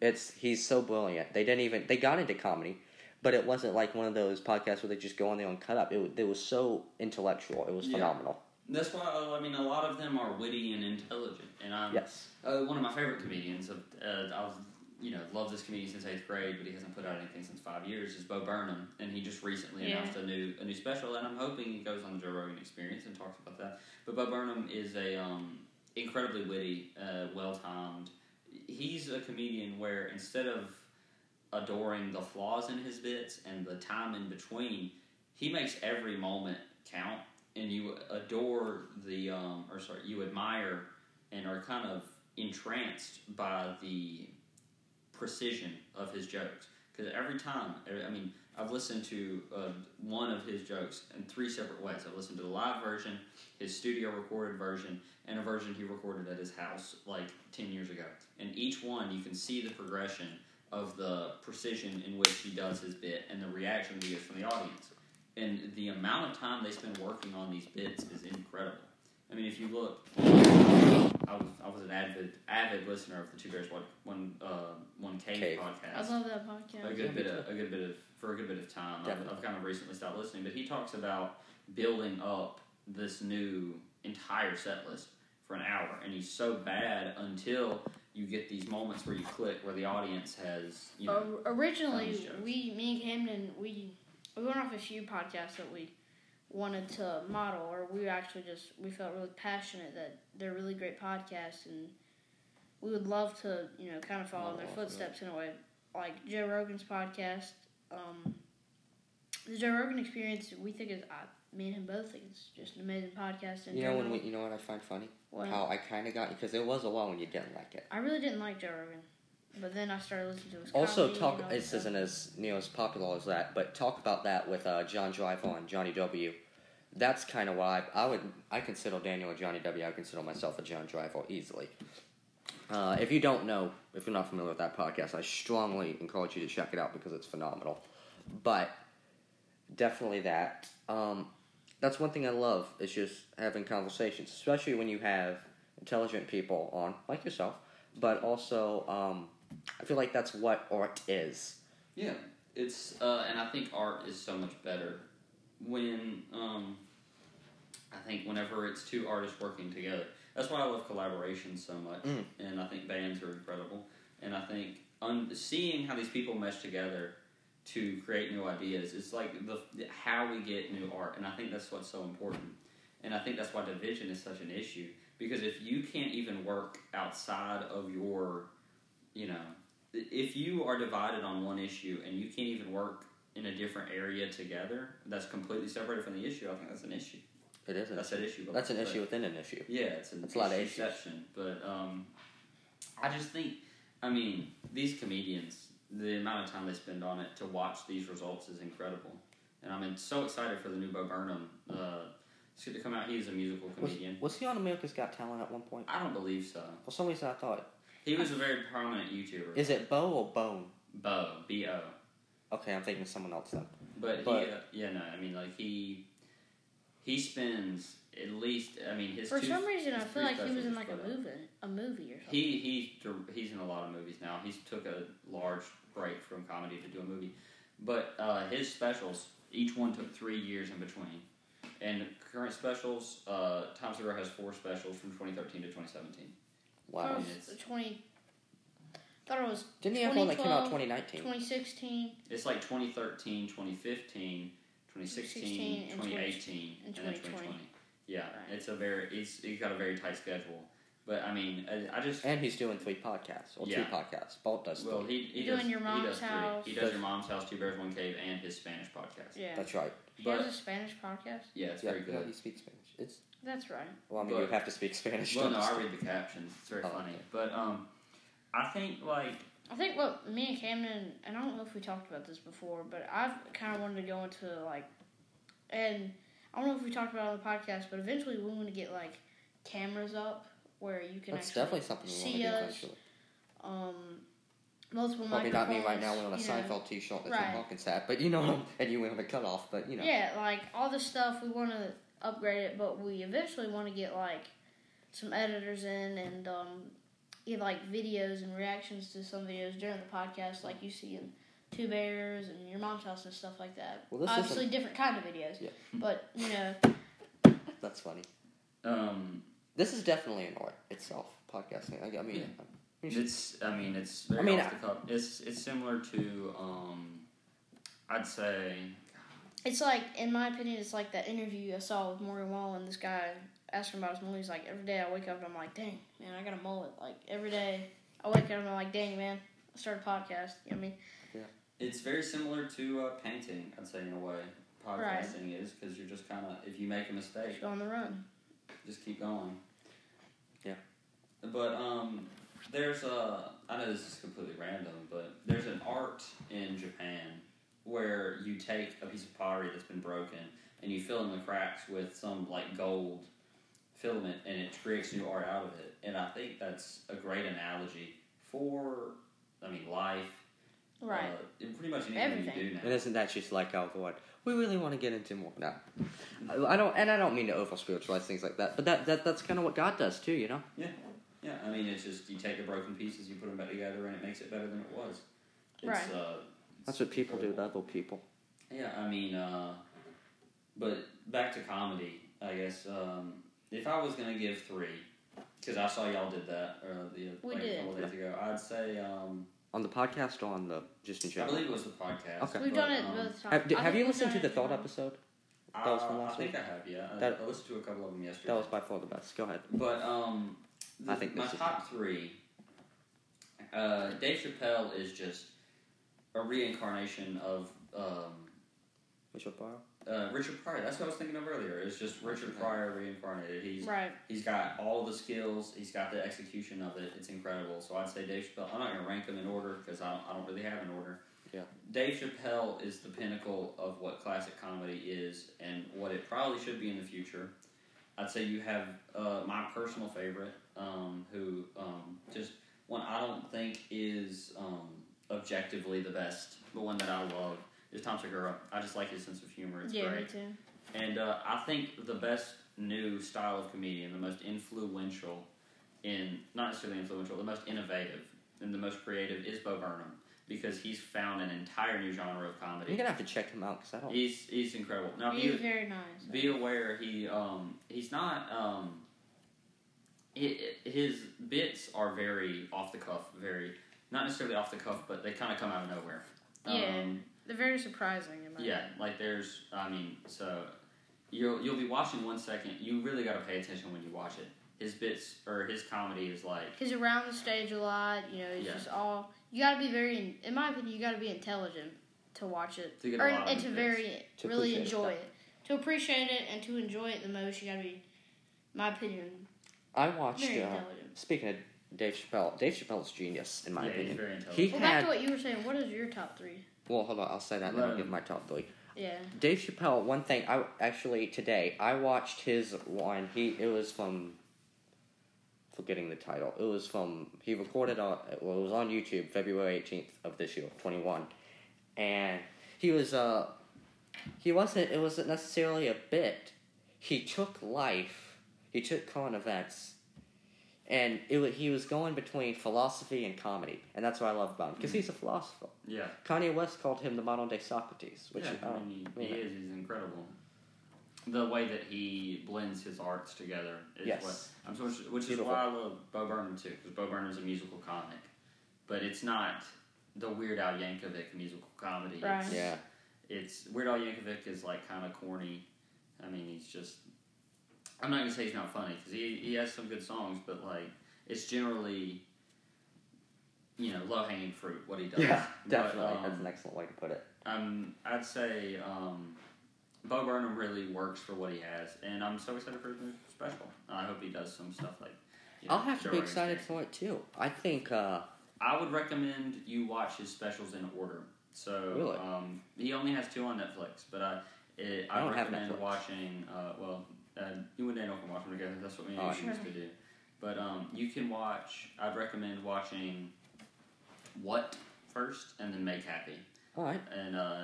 It's he's so brilliant. They didn't even they got into comedy, but it wasn't like one of those podcasts where they just go on there and cut up. It, wa- it was so intellectual. It was
Yeah.
phenomenal.
That's why uh, I mean a lot of them are witty and intelligent, and I'm
Yes.
uh, one of my favorite comedians. Of uh, I've you know loved this comedian since eighth grade, but he hasn't put out anything since five years. Is Bo Burnham, and he just recently
Yeah.
announced a new a new special, and I'm hoping he goes on the Joe Rogan Experience and talks about that. But Bo Burnham is a um, incredibly witty, uh, well timed. He's a comedian where instead of adoring the flaws in his bits and the time in between, he makes every moment count, and you adore the um, or sorry, you admire and are kind of entranced by the precision of his jokes. Because every time, I mean, I've listened to uh, one of his jokes in three separate ways. I've listened to the live version, his studio recorded version, and a version he recorded at his house like 10 years ago. And each one, you can see the progression of the precision in which he does his bit and the reaction he gets from the audience. And the amount of time they spend working on these bits is incredible. I mean, if you look, I was, I was an avid avid listener of the Two Bears One One uh, One Cave,
Cave.
podcast
I love that
a
podcast.
good bit of a good bit of for a good bit of time. I've,
Definitely.
I've kind of recently stopped listening, but he talks about building up this new entire set list for an hour, and he's so bad until you get these moments where you click, where the audience has you know.
O- originally,
Tons of jokes.
we, me and Camden, we we went off a few podcasts that we wanted to model, or we actually just we felt really passionate that they're really great podcasts, and we would love to you know kind of follow in their
Model off of
footsteps in a way, like Joe Rogan's podcast. Um, the Joe Rogan Experience, we think is I, me and him both think it's just an amazing podcast. And
You know when we, you know what I find funny? How I kind of got because there was a while when you didn't like it.
I really didn't like Joe Rogan, but then I started listening to his.
Also,
comedy
talk.
and all that
This
stuff.
isn't as you know as popular as that, but talk about that with uh, John Driver and Johnny W. That's kind of why I, I would I consider Daniel a Johnny W. I consider myself a John Driver easily. Uh, if you don't know, if you're not familiar with that podcast, I strongly encourage you to check it out because it's phenomenal. But definitely that. Um, that's one thing I love is just having conversations, especially when you have intelligent people on, like yourself. But also, um, I feel like that's what art is.
Yeah, It's uh, and I think art is so much better when um, I think whenever it's two artists working together. That's why I love collaboration so much,
Mm.
and I think bands are incredible. And I think un- seeing how these people mesh together to create new ideas is like the how we get new art, and I think that's what's so important. And I think that's why division is such an issue because if you can't even work outside of your, you know, if you are divided on one issue and you can't even work in a different area together that's completely separated from the issue, I think that's an issue.
It isn't.
That's an issue. but-
That's an
but-
issue within an issue.
yeah, it's an
That's a lot of
issue
issues.
exception, but um, I just think, I mean, these comedians, the amount of time they spend on it to watch these results is incredible, and I'm so excited for the new Bo Burnham. Uh, it's going to come out. He's a musical
Was,
comedian.
was he on America's Got Talent at one point?
I don't believe so.
For some reason, I thought
He was a very prominent YouTuber.
is it Bo or Bone?
Bo B O.
Okay, I'm thinking of someone else then.
But,
But-
he, uh, yeah, no, I mean, like he, he spends at least. I mean, his
For
two-
some reason, I
his
feel
three
like he was in
specials
like a
split up.
movie, a movie or something.
He he's dir- he's in a lot of movies now. He's took a large break from comedy to do a movie, but uh, his specials each one took three years in between. And current specials, uh, Tom Segura has four specials from 2013 to 2017.
Thought it
Wow.
was twenty. Thought it was
Didn't he have one that came out
2012,
2019?
2016
It's like 2013, 2015, 2016,
16, and
2018, and,
and
then
2020.
2020. Yeah,
Right.
it's a very it's he's got a very tight schedule. But I mean, I, I just
And he's doing three podcasts or two
Yeah.
podcasts. Bolt does
well
three.
he he
Doing
does
Your
he
Mom's
does three.
House.
He does your mom's house, two bears, one cave, and his Spanish podcast.
Yeah.
That's right.
he
But-
has a Spanish podcast.
Yeah, it's
yeah,
very
yeah,
good.
he speaks Spanish. It's
That's right.
well, I mean, you
But-
have to speak Spanish.
well,
to
no, I
understand.
read the captions. It's very
Oh,
funny.
okay.
But um, I think like
I think what me and Camden and I don't know if we talked about this before, but I've kind of wanted to go into like, and I don't know if we talked about it on the podcast, but eventually we want to get like cameras up where you can
that's
actually
definitely something we want to
see
do
us.
eventually.
um multiple
Probably not me right now
microphones,
wearing a
you know.
Seinfeld T-shirt that Tim
Right.
Hawkins had, but you know, what I'm- and you wearing a cutoff, but you know,
Yeah, like all this stuff we want to upgrade it, but we eventually want to get like some editors in and um, get like videos and reactions to some videos during the podcast, like you see in Two Bears and Your Mom's House and stuff like that.
Well, this
Obviously, different kind of videos,
Yeah.
but you know,
that's funny.
um,
This is definitely an art itself, podcasting. I, I mean, You should-
it's I mean it's very
I mean,
off the cuff. It's it's similar to um, I'd say
it's like in my opinion, it's like that interview I saw with Morgan Wallen. This guy asked him about his mullet. He's like, every day I wake up and I'm like, dang man, I got a mullet. Like every day I wake up and I'm like, dang man, I start a podcast. You know what I mean?
it's very similar to uh, painting. I'd say in a way
Right.
podcasting is because you're just kind of if you make a mistake,
Just go on the run.
just keep going.
Yeah.
But um, there's a I know this is completely random, but there's an art in Japan where you take a piece of pottery that's been broken and you fill in the cracks with some like gold filament, and it creates new art out of it. And I think that's a great analogy for I mean life,
Right.
Uh, and pretty much anything you do
Everything.
now.
and isn't that just like Al Gore? We really want to get into more now. I don't, and I don't mean to over spiritualize things like that, but that, that that's kind of what God does too, you know.
Yeah, I mean, it's just you take the broken pieces, you put them back together, and it makes it better than it was. It's,
Right.
Uh,
That's what people do,
incredible.
to other people.
Yeah, I mean, uh, but back to comedy, I guess. Um, if I was gonna give three, because I saw y'all did that uh, the
We
like, a
did.
couple days ago, I'd say um,
On the podcast or on the just in
I
general.
believe it was the podcast.
Okay.
We've
but,
done it
um,
both times.
Have, did-
I
have
think
you
we've
listened
done
to the
it
thought
twice.
episode?
I,
That was from
I
last
think I have. Yeah, I-
That-
I listened to a couple of them yesterday.
That was by far the best. Go ahead.
But um,
I think
my
this is-
top three. Uh, Dave Chappelle is just a reincarnation of um,
Mitchell Barrow.
uh, Richard Pryor. That's what I was thinking of earlier. It's just Richard Pryor reincarnated. He's
Right.
he's got all the skills. He's got the execution of it. It's incredible. So I'd say Dave Chappelle. I'm not gonna rank them in order because I don't, I don't really have an order.
Yeah.
Dave Chappelle is the pinnacle of what classic comedy is and what it probably should be in the future. I'd say you have uh, my personal favorite, um, who um, just one I don't think is um, objectively the best, but one that I love is Tom Segura. I just like his sense of humor. It's
Yeah,
great.
me too.
And uh, I think the best new style of comedian, the most influential in not necessarily influential, the most innovative and the most creative is Bo Burnham. because he's found an entire new genre of comedy.
You're gonna have to check him out because I don't.
He's he's incredible. Now
He's
be,
very nice.
be aware he um he's not um hi- his bits are very off the cuff, very not necessarily off the cuff, but they kind of come out of nowhere.
Yeah.
Um,
They're very surprising. About
yeah, like there's, I mean, so you'll you'll be watching one second. You really got to pay attention when you watch it. His bits or his comedy is like,
He's around the stage a lot. You know, it's
Yeah.
just all. You gotta be very, in my opinion, you gotta be intelligent to watch it,
To get a
or
lot of
and
the
to
bits.
very
To
really
appreciate it.
enjoy it, to appreciate it, and to enjoy it the most. You gotta be, my opinion,
I watched.
very
Uh,
intelligent.
speaking of Dave Chappelle, Dave Chappelle's genius in my
yeah, he's
opinion.
very intelligent.
He
Well, back
had.
to what you were saying. What is your top three?
Well, hold on. I'll say that, and then I'll
Right.
give my top three.
Yeah.
Dave Chappelle. One thing I actually today I watched his one. He it was from forgetting the title. It was from he recorded on well it was on YouTube February eighteenth of this year twenty one, and he was uh he wasn't it wasn't necessarily a bit. He took life. He took current events. And it, wa- he was going between philosophy and comedy, and that's what I love about him because he's a philosopher.
yeah,
Kanye West called him the modern day Socrates, which um, oh,
yeah,
I
I
don't-
mean,
I
he,
mean,
he is. He's incredible. The way that he blends his arts together is
Yes.
what I'm so, which is
Beautiful.
why I love Bo Burnham too, because Bo Burnham's a musical comic, but it's not the Weird Al Yankovic musical comedy.
Right.
It's,
Yeah,
it's Weird Al Yankovic is like kind of corny. I mean, he's just. I'm not gonna say he's not funny because he he has some good songs, but like it's generally, you know, low hanging fruit what he does.
yeah,
But,
definitely.
um,
That's an excellent way to put it.
um, I'd say um, Bo Burnham really works for what he has, and I'm so excited for his new special. I hope he does some stuff like. you know,
I'll have to be
Joe
excited
Rogan.
for it too. I think uh,
I would recommend you watch his specials in order. So
Really?
um, he only has two on Netflix, but I it,
I
I,
don't have
recommend
Netflix.
watching. Uh, well, uh, you and Daniel can watch them together. That's what me and
Oh,
you used to do. But um, you can watch. I'd recommend watching what first, and then make happy
all right,
and uh,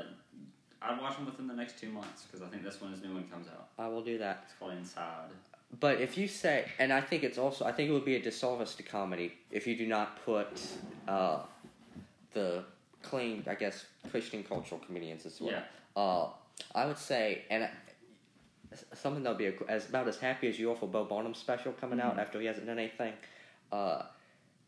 I'd watch them within the next two months because I think that's when his new one comes out.
I will do that.
It's called Inside.
But if you say, and I think it's also, I think it would be a disservice to comedy if you do not put uh, the clean, I guess, Christian cultural comedians as well.
Yeah,
Uh, I would say, and I, s- something that'll be a, as about as happy as you are for Bo Barnum's special coming
Mm-hmm.
out after he hasn't done anything. Uh,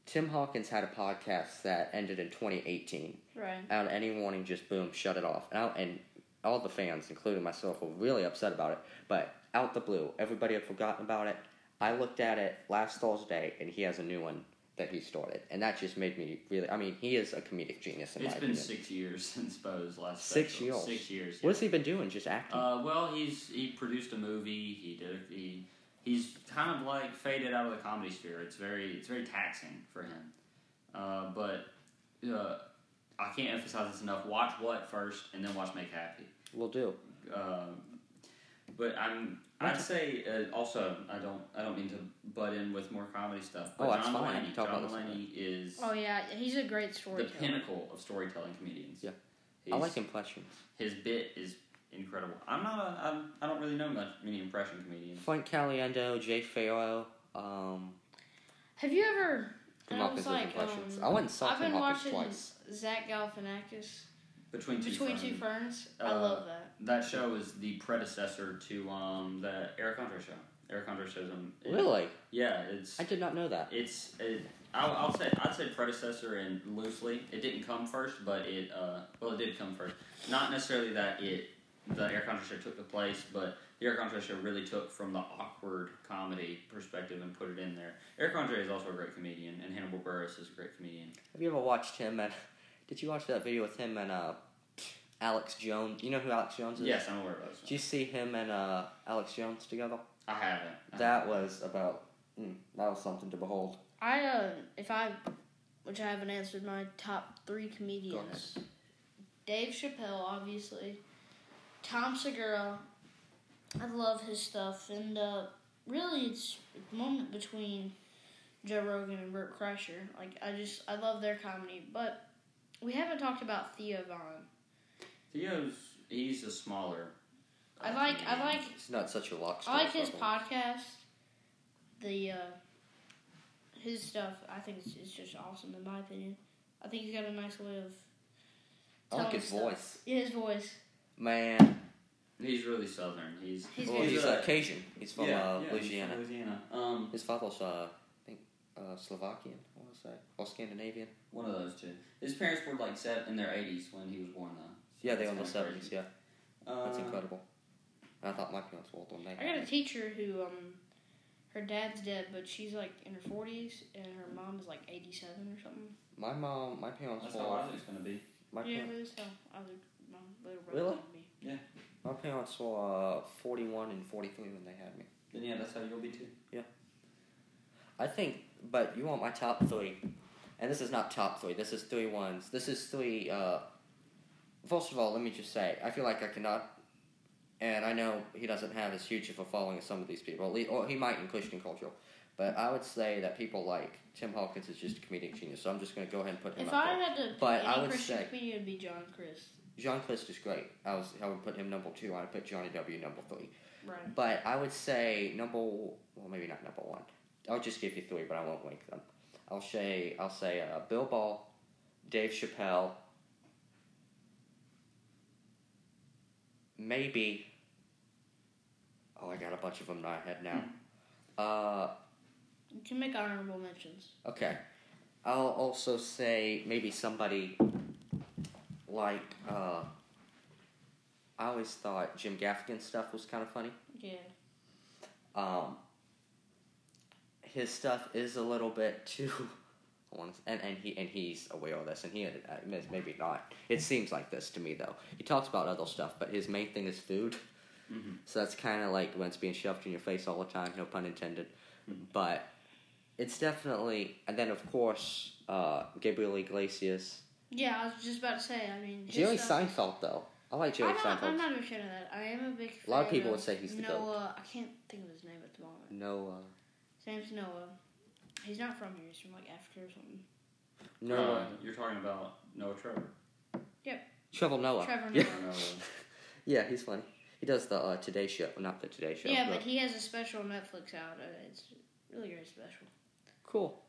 Tim Hawkins had a podcast that ended in 2018.
Right.
Out of any warning, just boom, shut it off. And, I, and all the fans, including myself, were really upset about it. But out the blue, everybody had forgotten about it. I looked at it last Thursday, and he has a new one that he started, and that just made me really. I mean, he is a comedic genius in
it's
my
been
opinion.
six years since Bo's last.
Six
special.
years.
Six years. yeah.
What's he been doing? Just acting.
Uh, well, he's he produced a movie. He did. A, he he's kind of like faded out of the comedy sphere. It's very it's very taxing for him. Uh, but uh, I can't emphasize this enough. Watch what first, and then watch Make Happy.
Will do.
Um, but I'm. I'd say uh, also I don't I don't mean to butt in with more comedy stuff. But
Oh, that's
John
fine.
Mulaney,
Talk
John
about this
Mulaney is
Oh yeah, he's a great
the
storyteller.
pinnacle of storytelling comedians.
Yeah.
He's,
I like impressions.
his bit is incredible. I'm not a I'm, I don't really know much many impression comedians.
Frank Caliendo, Jay Farrow, um,
Have you ever?
Tim
I was
Hawkins'
like,
impressions.
um,
I went and saw
I've
Tim
been
Hawkins
watching
twice.
Zach Galifianakis
Between two
Between Two
Ferns.
Ferns. I
Uh,
love that.
that show is the predecessor to um the Eric Andre show. Eric Andre shows him. in-
Really?
Yeah, it's
I did not know that.
It's it, I'll, I'll say I'd say predecessor and loosely. It didn't come first, but it uh well it did come first. Not necessarily that it the Air Contra show took the place, but the Air Contra show really took from the awkward comedy perspective and put it in there. Air Contra is also a great comedian, and Hannibal Burris is a great comedian.
Have you ever watched him and did you watch that video with him and uh Alex Jones? You know who Alex Jones is?
Yes, I'm aware of those.
Did you see him and uh Alex Jones together?
I haven't. I
That was about mm, that was something to behold.
I uh, if I, which I haven't answered my top three
Go ahead.
comedians. Dave Chappelle, obviously. Tom Segura. I love his stuff, and uh, really, it's a moment between Joe Rogan and Burt Kreischer. Like I just, I love their comedy, but we haven't talked about Theo Vaughn.
Theo's he's a smaller. uh,
I like, I
comedian.
like,
It's not such a rock star.
I like his
but-
podcast. The uh,
uh,
his stuff, I think, it's, it's just awesome in my opinion. I think he's got a nice way of
I
tell
like
him
his
stuff.
voice.
Yeah, his voice.
Man,
He's really southern. He's
He's
well,
very-
he's
a-
uh, Cajun. He's from
yeah,
uh,
yeah, he's
Louisiana.
from Louisiana. Um,
His father's, uh, I think, uh, Slovakian. I want to say, or Scandinavian.
one of those two. His parents were like set in their eighties when he was born, though. So
Yeah, they
that's
were in the
kinda crazy.
seventies. Yeah,
Uh,
that's incredible. And I thought my parents were one day.
I got a teacher who, um, her dad's dead, but she's like in her 40s, and her mom is like 87 or something.
My mom, my parents
That's
were.
how Isaac's gonna be.
My,
yeah,
par-
that's how I would. My little brother
Really?
told me.
my parents were uh, forty-one and forty-three when they had me.
Then yeah, that's how you'll be too.
I think, but you want my top three, and this is not top three. This is three ones. This is three. Uh, first of all, let me just say, I feel like I cannot, and I know he doesn't have as huge of a following as some of these people. at least- Or he might in Christian culture, but I would say that people like Tim Hawkins is just a comedic genius. So I'm just going to go ahead and put him
If
up
I
there.
had to
But
pick
I
any
would
Christian
say-
comedian, it'd be John Chris.
John Clist is great. I was I would put him number two. I'd put Johnny W number three.
Right.
But I would say number well, maybe not number one. I'll just give you three, but I won't rank them. I'll say I'll say uh, Bill Ball, Dave Chappelle, maybe. Oh, I got a bunch of them in my head now. Uh,
You can make honorable mentions.
okay. I'll also say maybe somebody like uh, I always thought Jim Gaffigan's stuff was kind of funny.
Yeah.
Um, his stuff is a little bit too, I wanna s- and and he and he's aware of this, and he admits maybe not. It seems like this to me though. He talks about other stuff, but his main thing is food. Mm-hmm.
Mhm.
So that's kind of like when it's being shoved in your face all the time. No pun intended. But it's definitely, and then of course uh, Gabriel Iglesias,
Yeah, I was just about to say. I mean, his
Jerry
stuff-
Seinfeld though. I like Jerry
I'm not, I'm
Seinfeld.
not a fan of that. I am a big. Fan
A lot of people
of
would say he's the goat.
Noah. I can't think of his name at the moment.
No, uh,
His name's Noah. He's not from here. He's from like Africa or something.
no,
Uh,
uh,
you're talking about Noah Trevor.
Trevor Noah.
Trevor
Yeah.
Noah.
Noah.
Yeah, he's funny. He does the uh, Today Show, well, not the Today Show.
Yeah, but he has a special on Netflix out. Uh, It's really very special.
cool.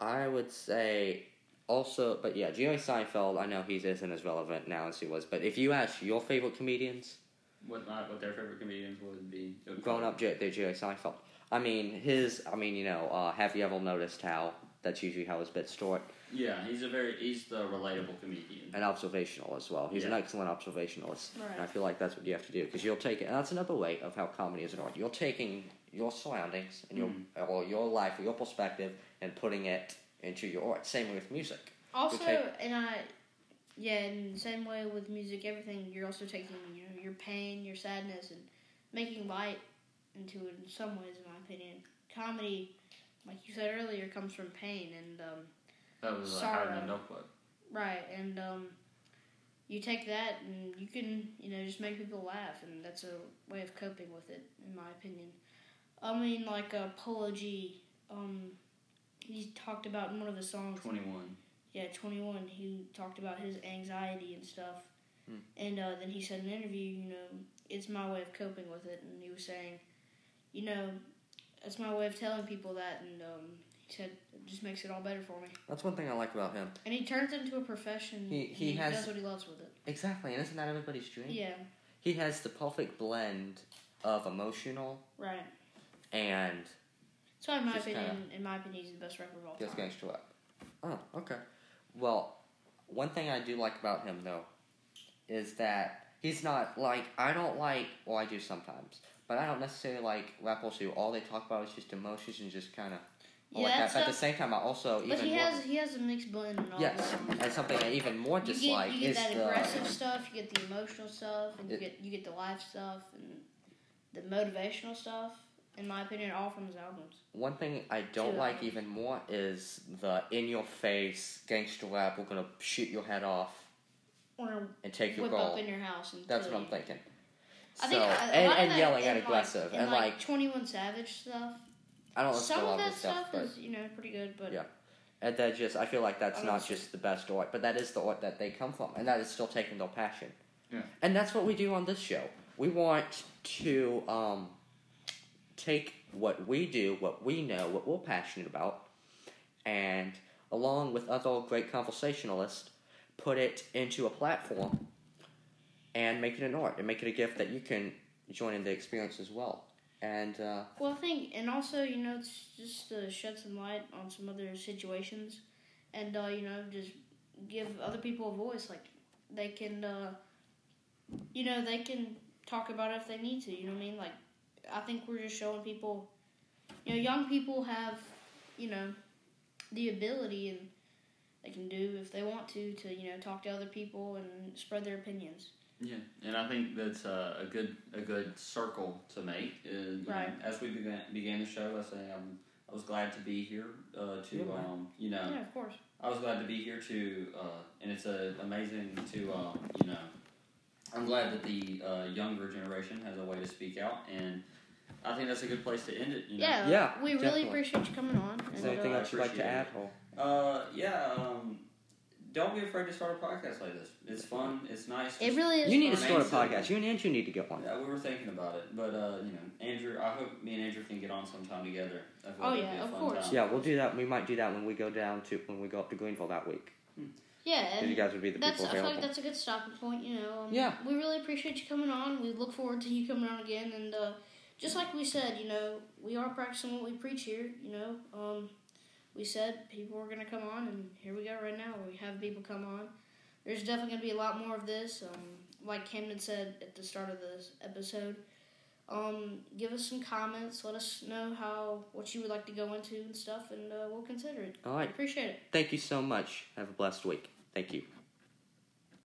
I would say also, but yeah, Jerry Seinfeld. I know he isn't as relevant now as he was, but if you ask your favorite comedians,
What not? What their favorite comedians would be? It would
grown up, Jer- they're Jerry Seinfeld. I mean, his. I mean, you know, uh, have you ever noticed how that's usually how his bits start
Yeah, he's a very he's the relatable comedian.
and observational as well. He's an
Yeah.
excellent observationalist, and I
Right.
feel like that's what you have to do because you'll take it. And that's another way of how comedy is an art. You're taking your surroundings and your or your life or your perspective and putting it into your art. Same with music.
Also,
take-
and I, yeah, and same way with music, everything. You're also taking you know your pain, your sadness, and making light into it in some ways, in my opinion. Comedy, like you said earlier, comes from pain, and um,
That was like, how to
Sorrow.
end up with.
right, and um, you take that, and you can you know just make people laugh, and that's a way of coping with it, in my opinion. I mean, like uh, Polo G, um, he talked about in one of his songs.
Twenty one.
yeah, 21, he talked about his anxiety and stuff.
Hmm.
And uh, then he said in an interview, you know, it's my way of coping with it. And he was saying, you know, it's my way of telling people that. And um, he said, it just makes it all better for me.
That's one thing I like about him.
And he turns it into a profession.
He-
and
he has- Hmm?
does what he loves with it.
Exactly, and isn't that everybody's dream?
Yeah,
He has the perfect blend of emotional
right.
and
So in my
Just
opinion, in my opinion, he's the best rapper of all
just
time.
gangster rap. Oh, okay. Well, one thing I do like about him though is that he's not like I don't like. Well, I do sometimes, but I don't necessarily like rappers who all they talk about is just emotions and just kind of
Yeah,
like that.
that's
But at
a-
the same time, I also
But
even
he
more,
has he has a mixed blend in all
yes,
his songs.
and something I even more
You
dislike
get, you get
is
that
the
aggressive stuff, you get the emotional stuff, and
uh,
you
It-
get you get the life stuff and the motivational stuff. In my opinion, all from his albums.
one thing I don't
Two
like
albums.
even more is the in your face gangster rap. We're gonna shoot your head off
Or
and take your
whip
gold.
up in your house and
That's
kill
what I'm
you.
thinking. So
I think a- a
and,
lot of
and
that
yelling
in,
and
like-
aggressive
in,
and like,
Twenty One Savage stuff.
I don't listen
Some
to a lot of
of that
this stuff,
stuff
but
is you know pretty good, but
Yeah. and that just I feel like that's
I don't
not
listen.
just the best art, but that is the art that they come from, and that is still taking their passion.
Yeah.
And that's what we do on this show. We want to um, take what we do, what we know, what we're passionate about, and along with other great conversationalists, put it into a platform and make it an art and make it a gift that you can join in the experience as well. And uh,
Well, I think, and also, you know, it's just to shed some light on some other situations, and uh, you know, just give other people a voice. Like they can, uh, you know, they can talk about it if they need to. You know what I mean? Like, I think we're just showing people, you know, young people have, you know, the ability and they can do if they want to to you know talk to other people and spread their opinions.
Yeah, and I think that's uh, a good a good circle to make. Uh, you
Right.
know, as we began, began the show, I say I'm, I was glad to be here uh, to
Yeah, man.
um, you know
Yeah, of course.
I was glad to be here to uh, and it's uh, amazing to um, you know I'm glad that the uh, younger generation has a way to speak out, and I think that's a good place to end it. You know?
Yeah,
Yeah,
We
definitely.
really appreciate you coming on.
is
and,
there anything
uh,
else you'd like to
appreciate
add?
it.
Or
Uh, yeah. Um, don't be afraid to start a podcast like this. It's fun. It's nice.
It really is.
you need to
fun.
start a
Amazing.
podcast. You and Andrew need to get one.
Yeah, we were thinking about it, but uh, you know, Andrew. I hope me and Andrew can get on sometime together. I feel
Oh,
like it'd
yeah,
be a
of
fun
course.
time.
Yeah, we'll do that. We might do that when we go down to when we go up to Greenville that week.
Yeah,
Because
and
you guys would be the
that's.
people
I feel like
available.
that's a good stopping point. You know. Um,
Yeah.
We really appreciate you coming on. We look forward to you coming on again. And uh, just like we said, you know, we are practicing what we preach here. You know, um, we said people were gonna come on, and here we go right now. We have people come on. There's definitely gonna be a lot more of this. Um, like Camden said at the start of this episode. Um, give us some comments. Let us know how what you would like to go into and stuff, and uh, we'll consider it.
All right.
Appreciate it.
Thank you so much. Have a blessed week. Thank you.